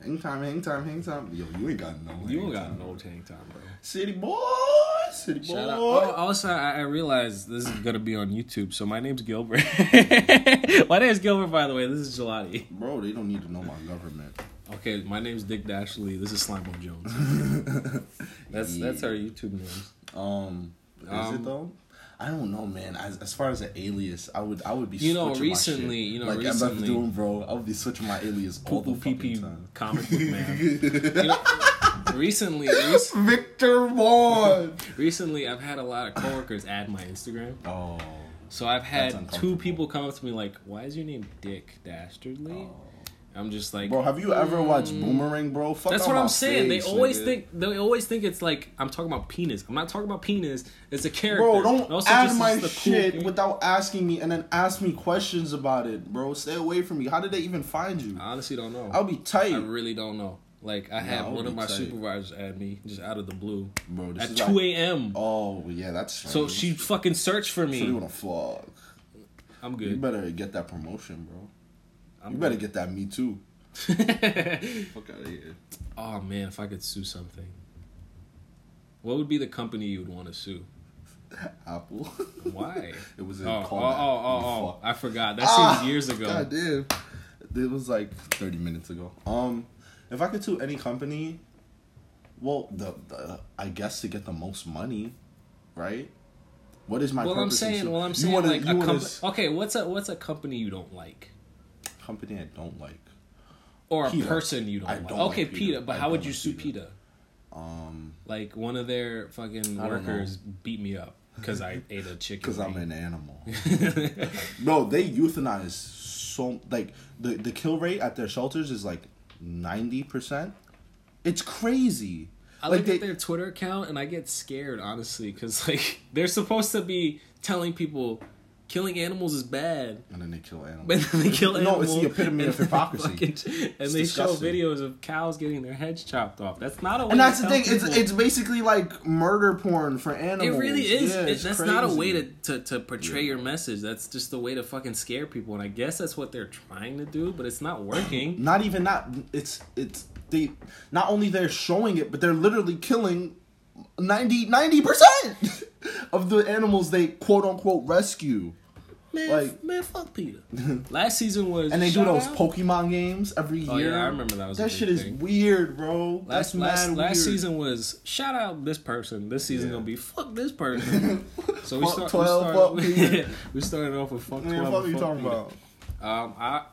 Hang time, hang time, hang time. Yo, you ain't got no.
You don't
hang
got
time.
no tank time, bro.
City boy, city boy.
Shout out. Oh, also, I, I realized this is gonna be on YouTube, so my name's Gilbert. my name's Gilbert, by the way. This is Gelati.
Bro, they don't need to know my government.
Okay, my name's Dick Dashley. This is Slimo Jones. That's that's
Yeah.
our YouTube names.
Um, is
Um,
it though? I don't know, man. As, as far as an alias, I would I would be
You know,
switching my
recently-
shit.
you know,
like I'm
recently-
doing, bro. I would be switching my alias all the
Poo pee
fucking
pee
time.
comic book man. You know, recently, rec-
Victor Vaughn.
recently, I've had a lot of coworkers add my Instagram.
oh,
So I've
That's
had
uncomfortable.
two people come up to me like, "Why is your name Dick Dastardly?"
Oh.
I'm just like,
bro, have you ever watched Boomerang, bro? Fuck
Mm. that's
out
what
my
I'm saying.
face,
they always
nigga.
think they always think it's like I'm talking about penis. I'm not talking about penis. It's a character.
Bro, don't
Also,
add
just
my
it's the cool
shit
thing.
without asking me and then ask me questions about it, bro. Stay away from me. How did they even find you?
I honestly don't know.
I'll be tight.
I really don't know. Like I
I
had
would
one of
be
my
tight.
supervisors add me just out of the blue
Bro, this
at
is
two
like-
a.m.
Oh, yeah, that's
So
strange.
she fucking searched for
So you
me.
wanna fuck.
I'm
You
good.
better get that promotion, bro.
I'm
You better get that me too. Fuck out of here.
oh man, if I could sue something, what would be the company you would want to sue?
Apple.
Why?
it was
oh,
a
oh, oh,
callback.
oh, oh!
Fuck.
I forgot. That
Ah,
seems years ago.
God damn. It was like 30 minutes ago. Um, if I could sue any company, well, the, the I guess to get the most money, right? What is my
Well, I'm
purpose in
saying,
suing-
well, I'm
You
saying,
wanna-
like
you
a
wanna
company.
s-
Okay, what's a what's a company you don't like,
company I don't like.
or a
PETA.
person you don't
I
like?
don't like
okay,
PETA.
PETA. But
I
how would
don't
you
like
sue
PETA.
PETA?
Um,
Like one of their fucking
I don't know.
workers beat me up because I ate a chicken.
because I'm
wing.
an animal. no, they euthanize so like the the kill rate at their shelters is like 90 percent. It's crazy.
I look at their Twitter account and I get scared, honestly, because like they're supposed to be telling people killing animals is bad,
and then they kill animals.
but then they kill
No,
animals.
it's the epitome
and
of hypocrisy.
fucking- and they show
disgusting.
videos of cows getting their heads chopped off. That's not a way.
And that's
to
the
tell
thing. It's
people-
it's basically like murder porn for animals.
It really is.
Yeah,
It-
it's
that's not a way to,
crazy.
to, to portray your message. That's just a way to fucking scare people. And I guess that's what they're trying to do, but it's not working.
Not even not. It's it's they. Not only they're showing it, but they're literally killing 90 percent of the animals they quote unquote rescue.
Man,
Like-
f- man, fuck Peter. Last season was
And they do
shout
those
out.
Pokemon games every
Oh, yeah,
year.
I remember that was a
that
big
shit is
thing.
weird, bro.
Last
that's
last,
mad
last
weird.
season was shout out this person. This season
Yeah.
gonna be fuck this person. so we
Fuck
start
12,
we
fuck
started,
Peter.
we started off with fuck
Man,
twelve.
what are
and
you
fuck
talking
Peter.
about?
Um, I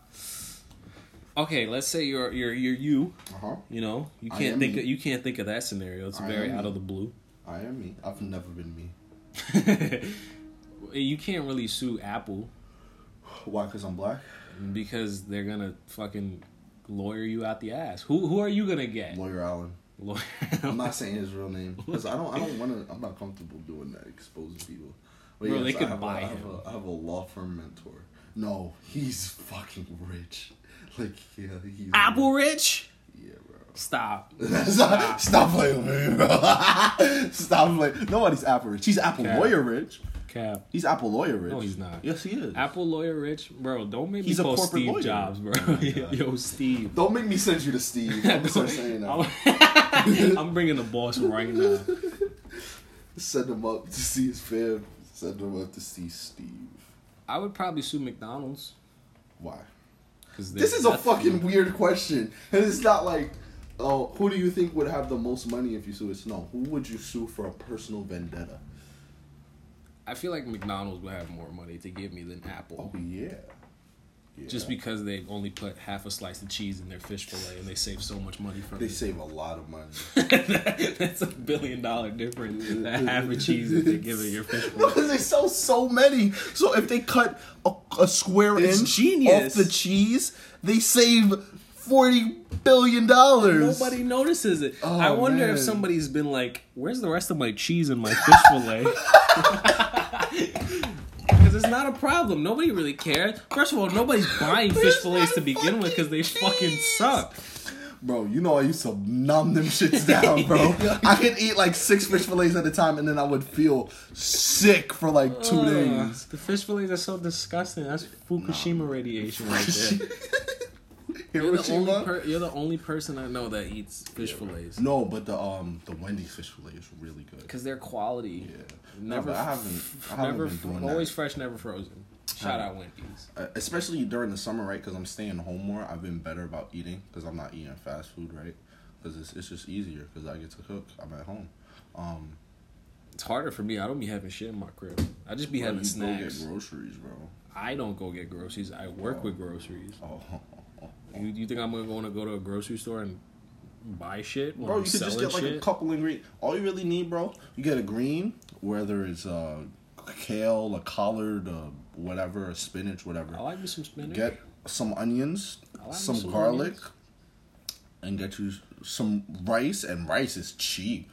okay. Let's say you're you're you're you.
Uh huh.
You know you
I
can't
am
think
me.
of, you can't think of that scenario. It's
I
very
am
out of
me.
the blue.
I am me. I've never been me.
You can't really sue Apple
Why? Because I'm black.
because they're gonna fucking lawyer you out the ass. Who who are you gonna get?
Lawyer Allen.
Lawyer.
I'm not saying his real name because I don't. I don't want to. I'm not comfortable doing that, exposing people. But
Bro, they
I
could
have a-
buy
I have
him.
a- I have a law firm mentor. No, he's fucking rich. Like yeah, he's
Apple rich?
Yeah, bro.
Stop.
stop, stop playing with me, bro. stop playing. Nobody's Apple rich. He's Apple
Okay.
lawyer rich.
Cap.
He's Apple lawyer rich.
No, he's not.
Yes, he is.
Apple lawyer rich, bro. Don't make me
He's a
call
corporate
Steve
lawyer.
Jobs, bro. Yo, Steve.
Don't make me send you to Steve. I'm gonna start saying that.
I'm, I'm bringing the boss right now.
Send him up to see his fam. Send him up to see Steve.
I would probably sue McDonald's.
Why?
'cause
This
they're-
is a fucking weird question. And it's not like, oh, who do you think would have the most money if you sue us? No, who would you sue for a personal vendetta?
I feel like McDonald's would have more money to give me than Apple.
Oh, yeah. yeah.
Just because they only put half a slice of cheese in their fish fillet and they save so much money from
They
it.
save a lot of money.
That's a billion dollar difference. That half a cheese that they give in your fish
No,
fillet.
'cause they sell so many. So if they cut a, a square
It's
inch
genius.
off the cheese, they save forty billion dollars.
Nobody notices it.
Oh,
I wonder
man.
if somebody's been like, "Where's the rest of my cheese and my fish fillet?" Because it's not a problem. Nobody really cares. First of all, nobody's buying fish
Where's
fillets
my
to begin with because they fucking suck.
Bro, you know I used to numb them shits down, bro. I could eat like six fish fillets at a time, and then I would feel sick for like two
Ugh,
days.
The fish fillets are so disgusting. That's Fukushima radiation right there. You're the, only
Hiroshima?
per- you're the only person I know that eats fish fillets
no, but the um the Wendy's fish fillet is really good.
because they're quality.
Yeah,
Never
no, but I
f-
haven't. I haven't
never,
been
f-
doing
always
that.
fresh, never frozen. Shout out Wendy's.
Uh, especially during the summer, right? Because I'm staying home more. I've been better about eating because I'm not eating fast food, right? Because it's it's just easier because I get to cook. I'm at home. Um,
It's harder for me. I don't be having shit in my crib. I just be
bro,
having
you go get
snacks.
groceries, bro.
I don't go get groceries. I work with groceries.
Oh,
You, you think I'm gonna want to go to a grocery store and buy shit when
Bro,
I'm
you could just
selling
get like a
shit?
couple ingredients. All you really need, bro, you get a green, whether it's uh, kale, a collard, uh, whatever, a spinach, whatever.
I like me some spinach.
Get some onions,
Oh, I like me
some,
some
garlic,
onions.
and get you some rice. And rice is cheap.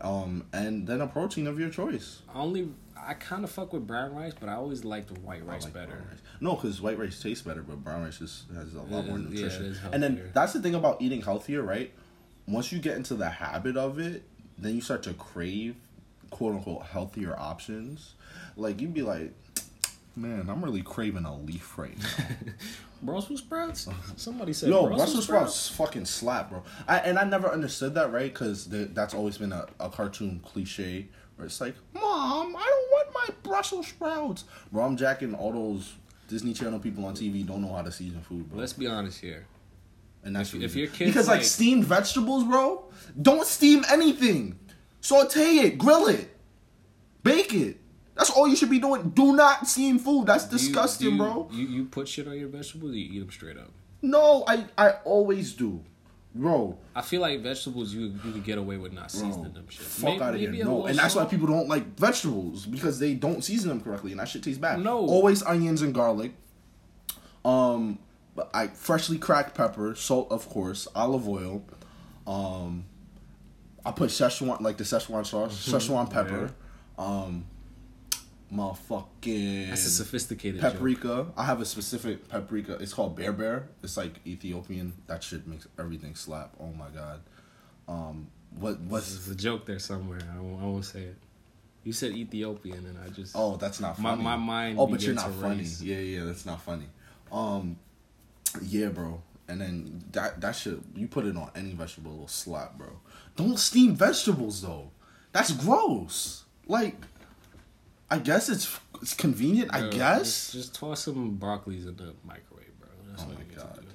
Um, and then a protein of your choice.
I only I kind of fuck with brown rice, but I always liked the white
I
rice
like
better.
brown rice. No, because white rice tastes better, but brown rice is, has a lot
It
more
is- yeah, it
nutrition.
is
and then
healthier.
that's the thing about eating healthier, right? Once you get into the habit of it, then you start to crave quote unquote healthier options. Like you'd be like, man, I'm really craving a leaf right now.
Brussels sprouts? Somebody said
Yo,
Brussels, sprouts.
fucking slap, bro. I, and I never understood that, right? Because that's always been a, a cartoon cliche where it's like, Mom, I don't want my Brussels sprouts. Bro, I'm jacking all those Disney Channel people on TV don't know how to season food, bro.
Let's be honest here.
and that's
if-
the
if
reason.
your kid's
Because, like,
like-
steamed vegetables, bro, don't steam anything. Saute it, grill it, bake it. That's all you should be doing. Do not steam food. That's
Do you-
disgusting,
do you,
bro.
You you put shit on your vegetables, or you eat them straight up.
No, I, I always do. Bro,
I feel like vegetables you you could get away with not seasoning them shit.
Oh, Fuck
May-
out of here.
maybe a
No,
little
and that's why
salt.
people don't like vegetables because they don't season them correctly, and that shit tastes bad.
No.
always onions and garlic. Um, but I freshly cracked pepper, salt, of course, olive oil. Um, I put Szechuan like the Szechuan sauce, Szechuan pepper. Um, motherfucking
That's a sophisticated joke.
paprika. I have a specific paprika. It's called Bear Bear. It's like Ethiopian. That shit makes everything slap. Oh my god. Um, what what's
There's a joke there somewhere. I won't, I won't say it. You said Ethiopian, and I just
Oh, that's not
My-
funny.
my mind
Oh, but you're
began
not
to
funny.
race.
Yeah, yeah, that's not funny. Um, yeah, bro. And then that that shit, you put it on any vegetable, it'll slap, bro. Don't steam vegetables though. That's gross. Like, I guess it's it's convenient. I
Bro,
guess
Just, just toss some broccolis in the microwave, bro. That's
Oh
what
my
you need
God.
to do.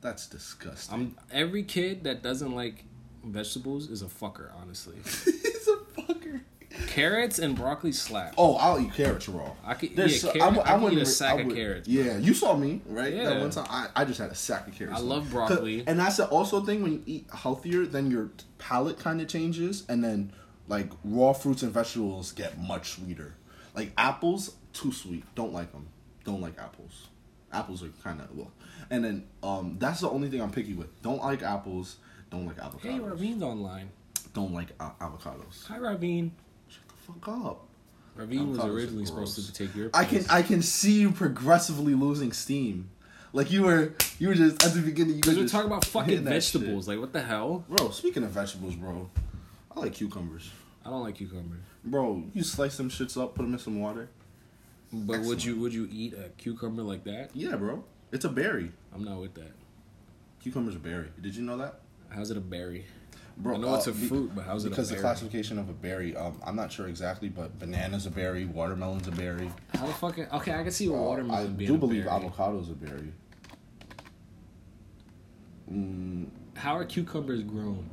that's disgusting.
I'm every kid that doesn't like vegetables is a fucker. Honestly,
He's a fucker.
carrots and broccoli slap.
Oh, I'll eat carrots raw.
I could-
There's
yeah,
so-
carrot-
w-
I could eat
wouldn't
a
re-
sack
I
of
would-
carrots.
Yeah, you saw me right that
Yeah.
one time. I, I just had a sack of carrots.
I
man.
love
'Cause-
broccoli.
and that's the also thing when you eat healthier, then your palate kind of changes, and then like raw fruits and vegetables get much sweeter. Like apples, too sweet. Don't like them. Don't like apples. Apples are kind of well. And then um, that's the only thing I'm picky with. Don't like apples. Don't like avocados.
Hey, Ravine's online.
Don't like uh, avocados.
Hi, Ravine.
Shut the fuck up.
Ravine was
Avocados are
originally supposed
gross.
to take your.
I can
place.
I can see you progressively losing steam. Like you were you were just at the beginning. You guys
We were
just
talking about fucking
hitting that shit.
vegetables. Like, what the hell?
Bro, speaking of vegetables, bro, I like cucumbers.
I don't like cucumbers.
Bro, you slice them shits up, put them in some water.
But would you would you eat a cucumber like that?
Yeah, bro, it's a berry.
I'm not with that.
Cucumber's a berry. Did you know that?
How's it a berry?
Bro, uh,
I know it's a
be-
fruit, but how's it a
Because the
berry?
classification of a berry, um, I'm not sure exactly, but banana's a berry, watermelon's a berry.
How the fucking okay? I can see a
Uh,
watermelon.
I
being
do
a
believe
berry.
avocado's a berry. Mm,
How are cucumbers grown?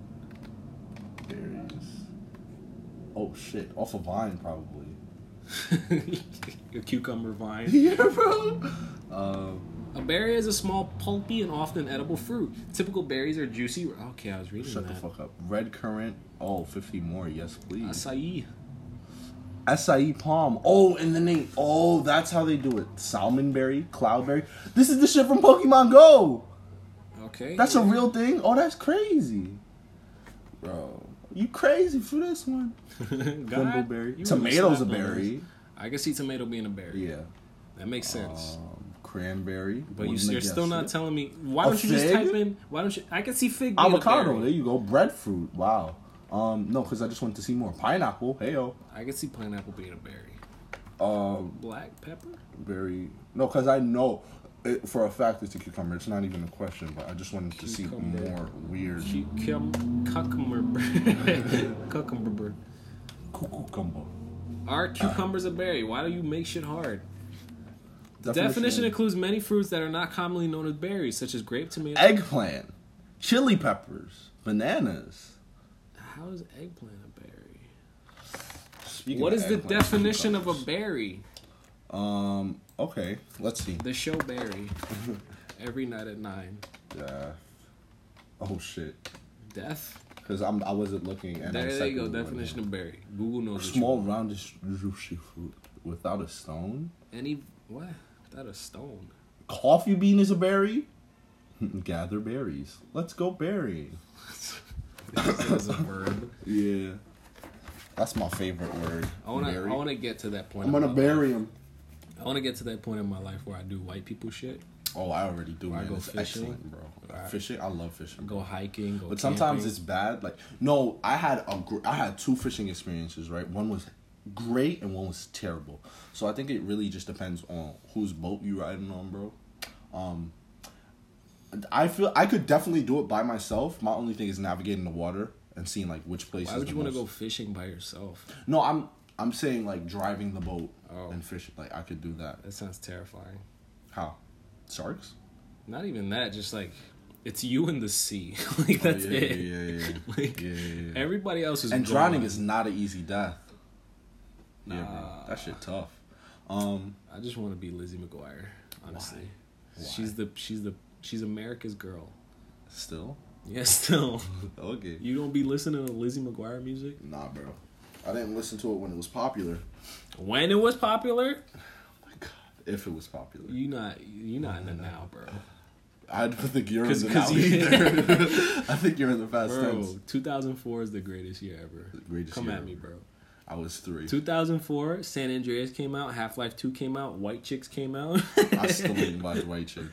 berries. Oh shit, off a vine probably.
a cucumber vine.
yeah, bro. Um,
A berry is a small, pulpy, and often edible fruit. Typical berries are juicy. Okay, I was reading
shut the
that.
fuck up. Red currant. Oh, 50 more. Yes, please.
Acai.
Acai palm. Oh, and then they. Oh, that's how they do it. Salmonberry, cloudberry. This is the shit from Pokemon Go.
Okay.
That's a real thing. Oh, that's crazy, bro. You crazy for this one?
God,
Thimbleberry.
you
Tomato's a
really snapped on
berry.
this. I can see tomato being a berry.
Yeah.
That makes sense.
Um, cranberry.
but you,
Wouldn't have
you're still
guessed
not
it.
telling me. Why
A
don't you just
fig?
type in? Why don't you? I can see fig. Being A
avocado. eh? There
berry.
you go. Breadfruit. Wow. Um, no, because I just wanted to see more pineapple. Heyo.
I can see pineapple being a berry.
Um,
Black pepper.
very no, because I know it, for a fact it's a cucumber. It's not even a question, but I just wanted to see
Cucumber.
more weird
Cucum cucumber. cucumber.
cucumber.
Are cucumbers a berry? Why do you make shit hard? Definition includes many fruits that are not commonly known as berries, such as grape, tomato.
eggplant, chili peppers, bananas.
How is eggplant a berry?
Speaking
What
of
is the
eggplant,
definition of a
cucumbers.
berry?
Um. Okay. Let's see.
The show Berry. Every night at nine.
Uh, oh shit.
Death.
Because I'm I wasn't looking. And I
There, there you go.
seconded one.
Definition of berry. Google knows. what you
Small
want.
roundish juicy fruit without a stone.
Any what? That a stone.
Coffee bean is a berry. Gather berries. Let's go berrying.
This is a verb.
Yeah, that's my favorite word.
I wanna.
Berry.
I wanna get to that point.
I'm
in
gonna
my
bury him.
I want to get to that point in my life where I do white people shit.
Oh, I already do.
I
Man.
go
it's
fishing.
excellent, bro.
Alright.
Fishing, I love fishing.
Go hiking. Go
But sometimes
camping.
it's bad. Like no, I had a gr- I had two fishing experiences. Right, one was great and one was terrible. So I think it really just depends on whose boat you riding on, bro. Um, I feel I could definitely do it by myself. My only thing is navigating the water and seeing like which place.
Why
is
would
the
you want to go
most-
fishing by yourself?
No, I'm I'm saying like driving the boat
Oh.
and fishing. Like I could do that.
That sounds terrifying.
How? Sharks?
Not even that. Just like it's you and the sea. like that's
Oh, yeah,
it.
Yeah, yeah, yeah.
like
yeah, yeah, yeah.
everybody else is
And drowning
gone.
is not an easy death. Yeah, bro.
Nah.
That shit tough. Um,
I just want to be Lizzie McGuire. Honestly,
Why?
she's the she's the she's America's girl.
still.
Yes, still.
Okay.
You don't be listening to Lizzie McGuire music
Nah, bro. I didn't listen to it when it was popular.
when it was popular.
If it was popular,
You not you not in the now, bro.
I don't think you're in
Cause-
the now
cause you-
either. I think you're in the past tense.
Bro, 2004 is the greatest year ever.
greatest
Come
year
at me,
ever.
bro.
I was three.
2004, San Andreas came out, Half Life 2 came out, White Chicks came out.
I still didn't watch White Chicks.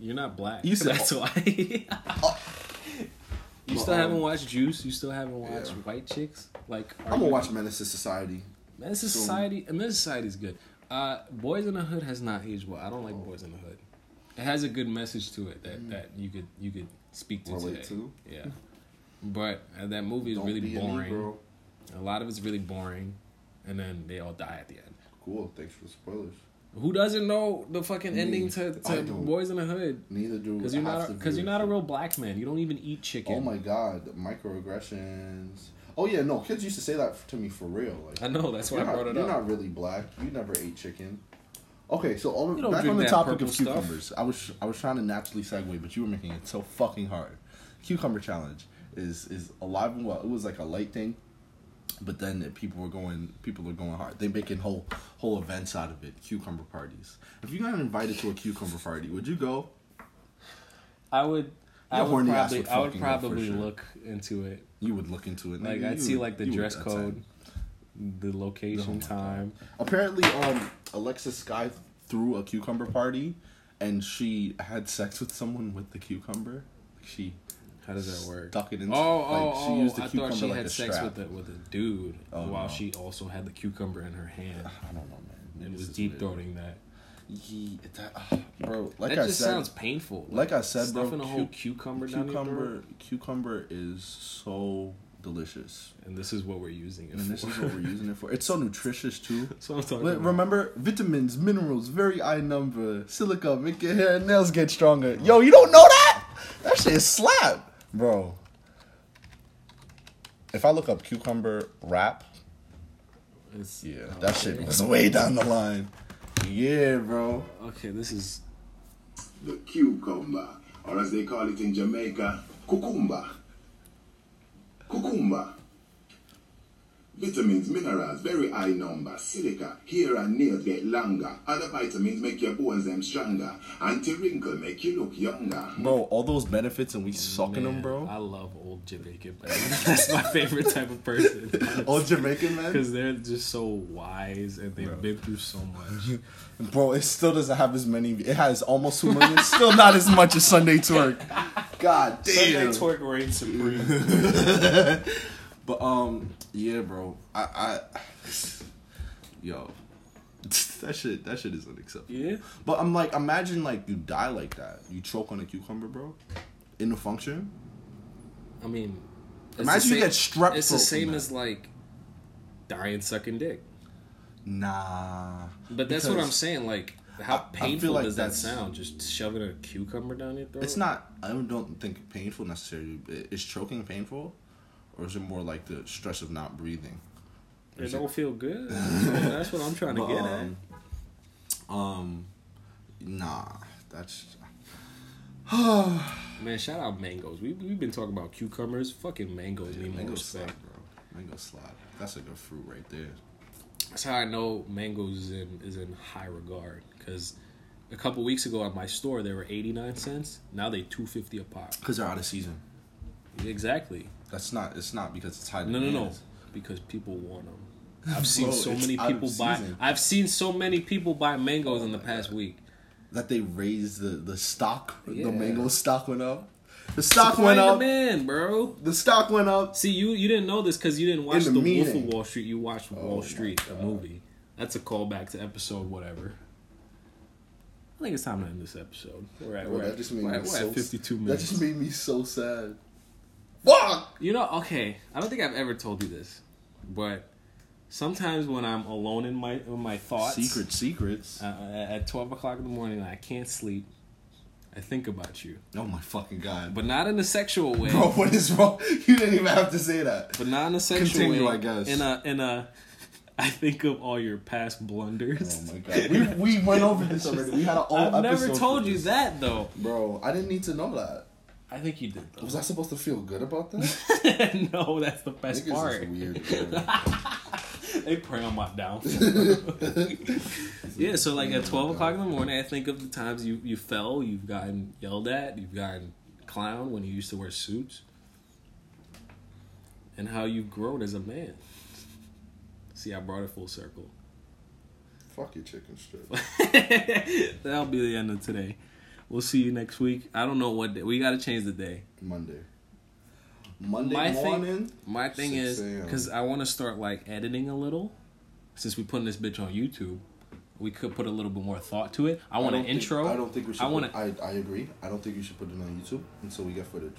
You're not black.
You said- Oh.
That's why. you still
Um,
haven't watched Juice. You still haven't watched
yeah.
White Chicks. Like
I'm gonna watch Menace to Society.
Men's Society. And Men's Society is good. Uh, Boys in the Hood has not aged well. I don't
Oh.
like Boys in the Hood. It has a good message to it that, that you could you could speak to
Mm. Relate
today.
to?
Yeah, but uh, that movie is
Don't
really
be a
boring.
Negro.
A lot of it's really boring, and then they all die at the end.
Cool. Thanks for the spoilers.
Who doesn't know the fucking
Me.
ending to,
I
to
don't.
Boys in the Hood?
Neither do
Because you're
half
not
the
because you're not
viewers.
a real black man. You don't even eat chicken.
Oh my god, microaggressions. Oh yeah, no, kids used to say that f- to me for real.
I
Like
know that's why I
you're, not,
brought it
you're
up.
not really black. You never ate chicken. Okay, so all,
You don't
back
drink
on the
that
topic
purple
of
stuff.
cucumbers. I was I was trying to naturally segue, but you were making it so fucking hard. Cucumber challenge is is alive and well. It was like a light thing. But then the people were going, people are going hard. They making whole whole events out of it. Cucumber parties. If you got invited to a cucumber party, would you go?
I would. I
Your
would
horny ass
probably,
would
I would
fucking go for
probably
sure.
look into it.
You would look into it.
Like
nigga.
I'd
You
see
would-
like the
you would
dress
attend.
code, the location,
Oh my
time.
Apparently, um, Alexis Sky threw a cucumber party, and she had sex with someone with the cucumber. She
How does that work?
stuck it in.
Oh, oh,
like,
oh!
the
I thought she
like
had
a
sex
strap.
with a with a dude
Oh,
while
no.
she also had the cucumber in her hand.
I don't know, man.
It
This
was
is
deep
weird.
throating that.
Ye- that, ah, bro, like
that
I
just
said,
sounds painful.
like I said, bro,
stuffing a whole
cu-
cucumber, down your throat.
cucumber, cucumber is so delicious,
And this is what we're using it
and
for.
this is what we're using it for. It's so nutritious too.
so I'm talking.
But
about.
remember, vitamins, minerals, very high number, silica, make your hair and nails get stronger. Yo, you don't know that? That shit is slap, bro. If I look up cucumber wrap,
It's-
yeah, that shit was way down the line. Yeah, bro.
Okay, this is
the cucumber, or as they call it in Jamaica, cucumba. Cucumba. Vitamins, minerals, very high number, silica, hair and nails get longer. Other vitamins make your bones them stronger. Anti-wrinkle make you look younger.
Bro, all those benefits and we sucking
man,
them,
I
bro.
love old Jamaican. man. That's my favorite type of person.
All Jamaican man,
Because they're just so wise and they've
Bro.
been through so much.
bro. It still doesn't have as many. It has almost two million. still not as much as Sunday Twerk. God damn.
Sunday twerk reigns supreme.
But um, yeah, bro. I, I yo, that shit, that shit is unacceptable.
Yeah.
But I'm like, imagine like you die like that. You choke on a cucumber, bro, in a function.
I mean, it's
Imagine
the
you get strep
It's the
throat from
same
that.
as like dying sucking dick.
Nah.
But that's what
Because
I'm saying. Like, how
I- I feel
painful
like
does that
that's-
sound? Just shoving a cucumber down your throat.
It's not. I don't think painful necessarily. I- Is choking painful, or is it more like the stress of not breathing?
It don't feel good. Yeah, that's what I'm trying to
But,
get at.
um, um, nah. That's
Man, shout out mangoes. We we've been talking about cucumbers. Fucking mangoes need more
mango
respect.
slap, bro. Mango slap. That's a good fruit right there.
That's how I know mangoes is in is in high regard. Cause a couple weeks ago at my store they were eighty nine cents. Now they two fifty a pop.
Because they're out of season.
Exactly.
That's not. It's not because it's high.
No, no, no.
demand.
Because people want them. I've seen
Bro,
so
it's
many
out of
people buy.
season. Oh
I've seen so many people buy mangoes in the past week.
That they raised the the stock.
Yeah.
The mango stock went up. The stock
Supply
went
and
up.
demand, bro.
The stock went up.
See, you you didn't know this because you didn't watch
the
the, Wolf of
meeting. Oh
Wall Street. You watched
my
Wall Street, the movie. That's a callback to episode whatever. I think it's time to end this episode. We're at,
Bro,
we're
that
at,
just made
we're
me
at- we're
so.
at 52
That
minutes.
just made me so sad. Fuck.
You know, okay, I don't think I've ever told you this, but sometimes when I'm alone in my in my thoughts,
Secret secrets.
uh, at 12 o'clock in the morning and I can't sleep, I think about you.
oh my fucking god.
But not in a sexual way.
Bro, what is wrong? You didn't even have to say that.
But not in a sexual
Continue,
way.
I guess.
In a, in a, I think of all your past blunders.
Oh my god. We, we went over this already. We had an all
I've never
episode for
told you
this.
that though.
Bro, I didn't need to know that.
I think you did
Was I supposed to feel good about that?
though. no, that's the best
Niggas
part.
is weird, bro.
They prey on my downfall. yeah, so like at twelve o'clock in the morning, I think of the times you you fell, you've gotten yelled at, you've gotten clowned when you used to wear suits, and how you've grown as a man. See, I brought it full circle.
Fuck your chicken strip.
That'll be the end of today. We'll see you next week. I don't know what day. We got to change the day.
Monday. Monday
My thing-
morning.
My thing
6
is
a.m..
because I want to start like editing a little. Since we putting this bitch on YouTube, we could put a little bit more thought to it. I want
don't
an
think-
intro.
I don't think we should.
I want
put- I I agree. I don't think you should put it on YouTube until we get footage.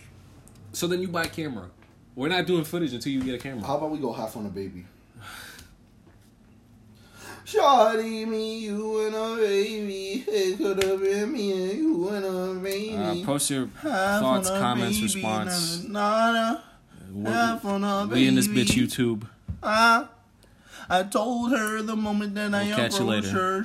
So then you buy a camera. We're not doing footage until you get a camera.
How about we go half on a baby? Shawty, me, you and a baby. It could have been me and you and a baby.
Uh, post your thoughts, comments, response.
Nana,
We're-
on a Ah.
we in this bitch YouTube.
I, I told her the moment that
We'll catch you
approached
later.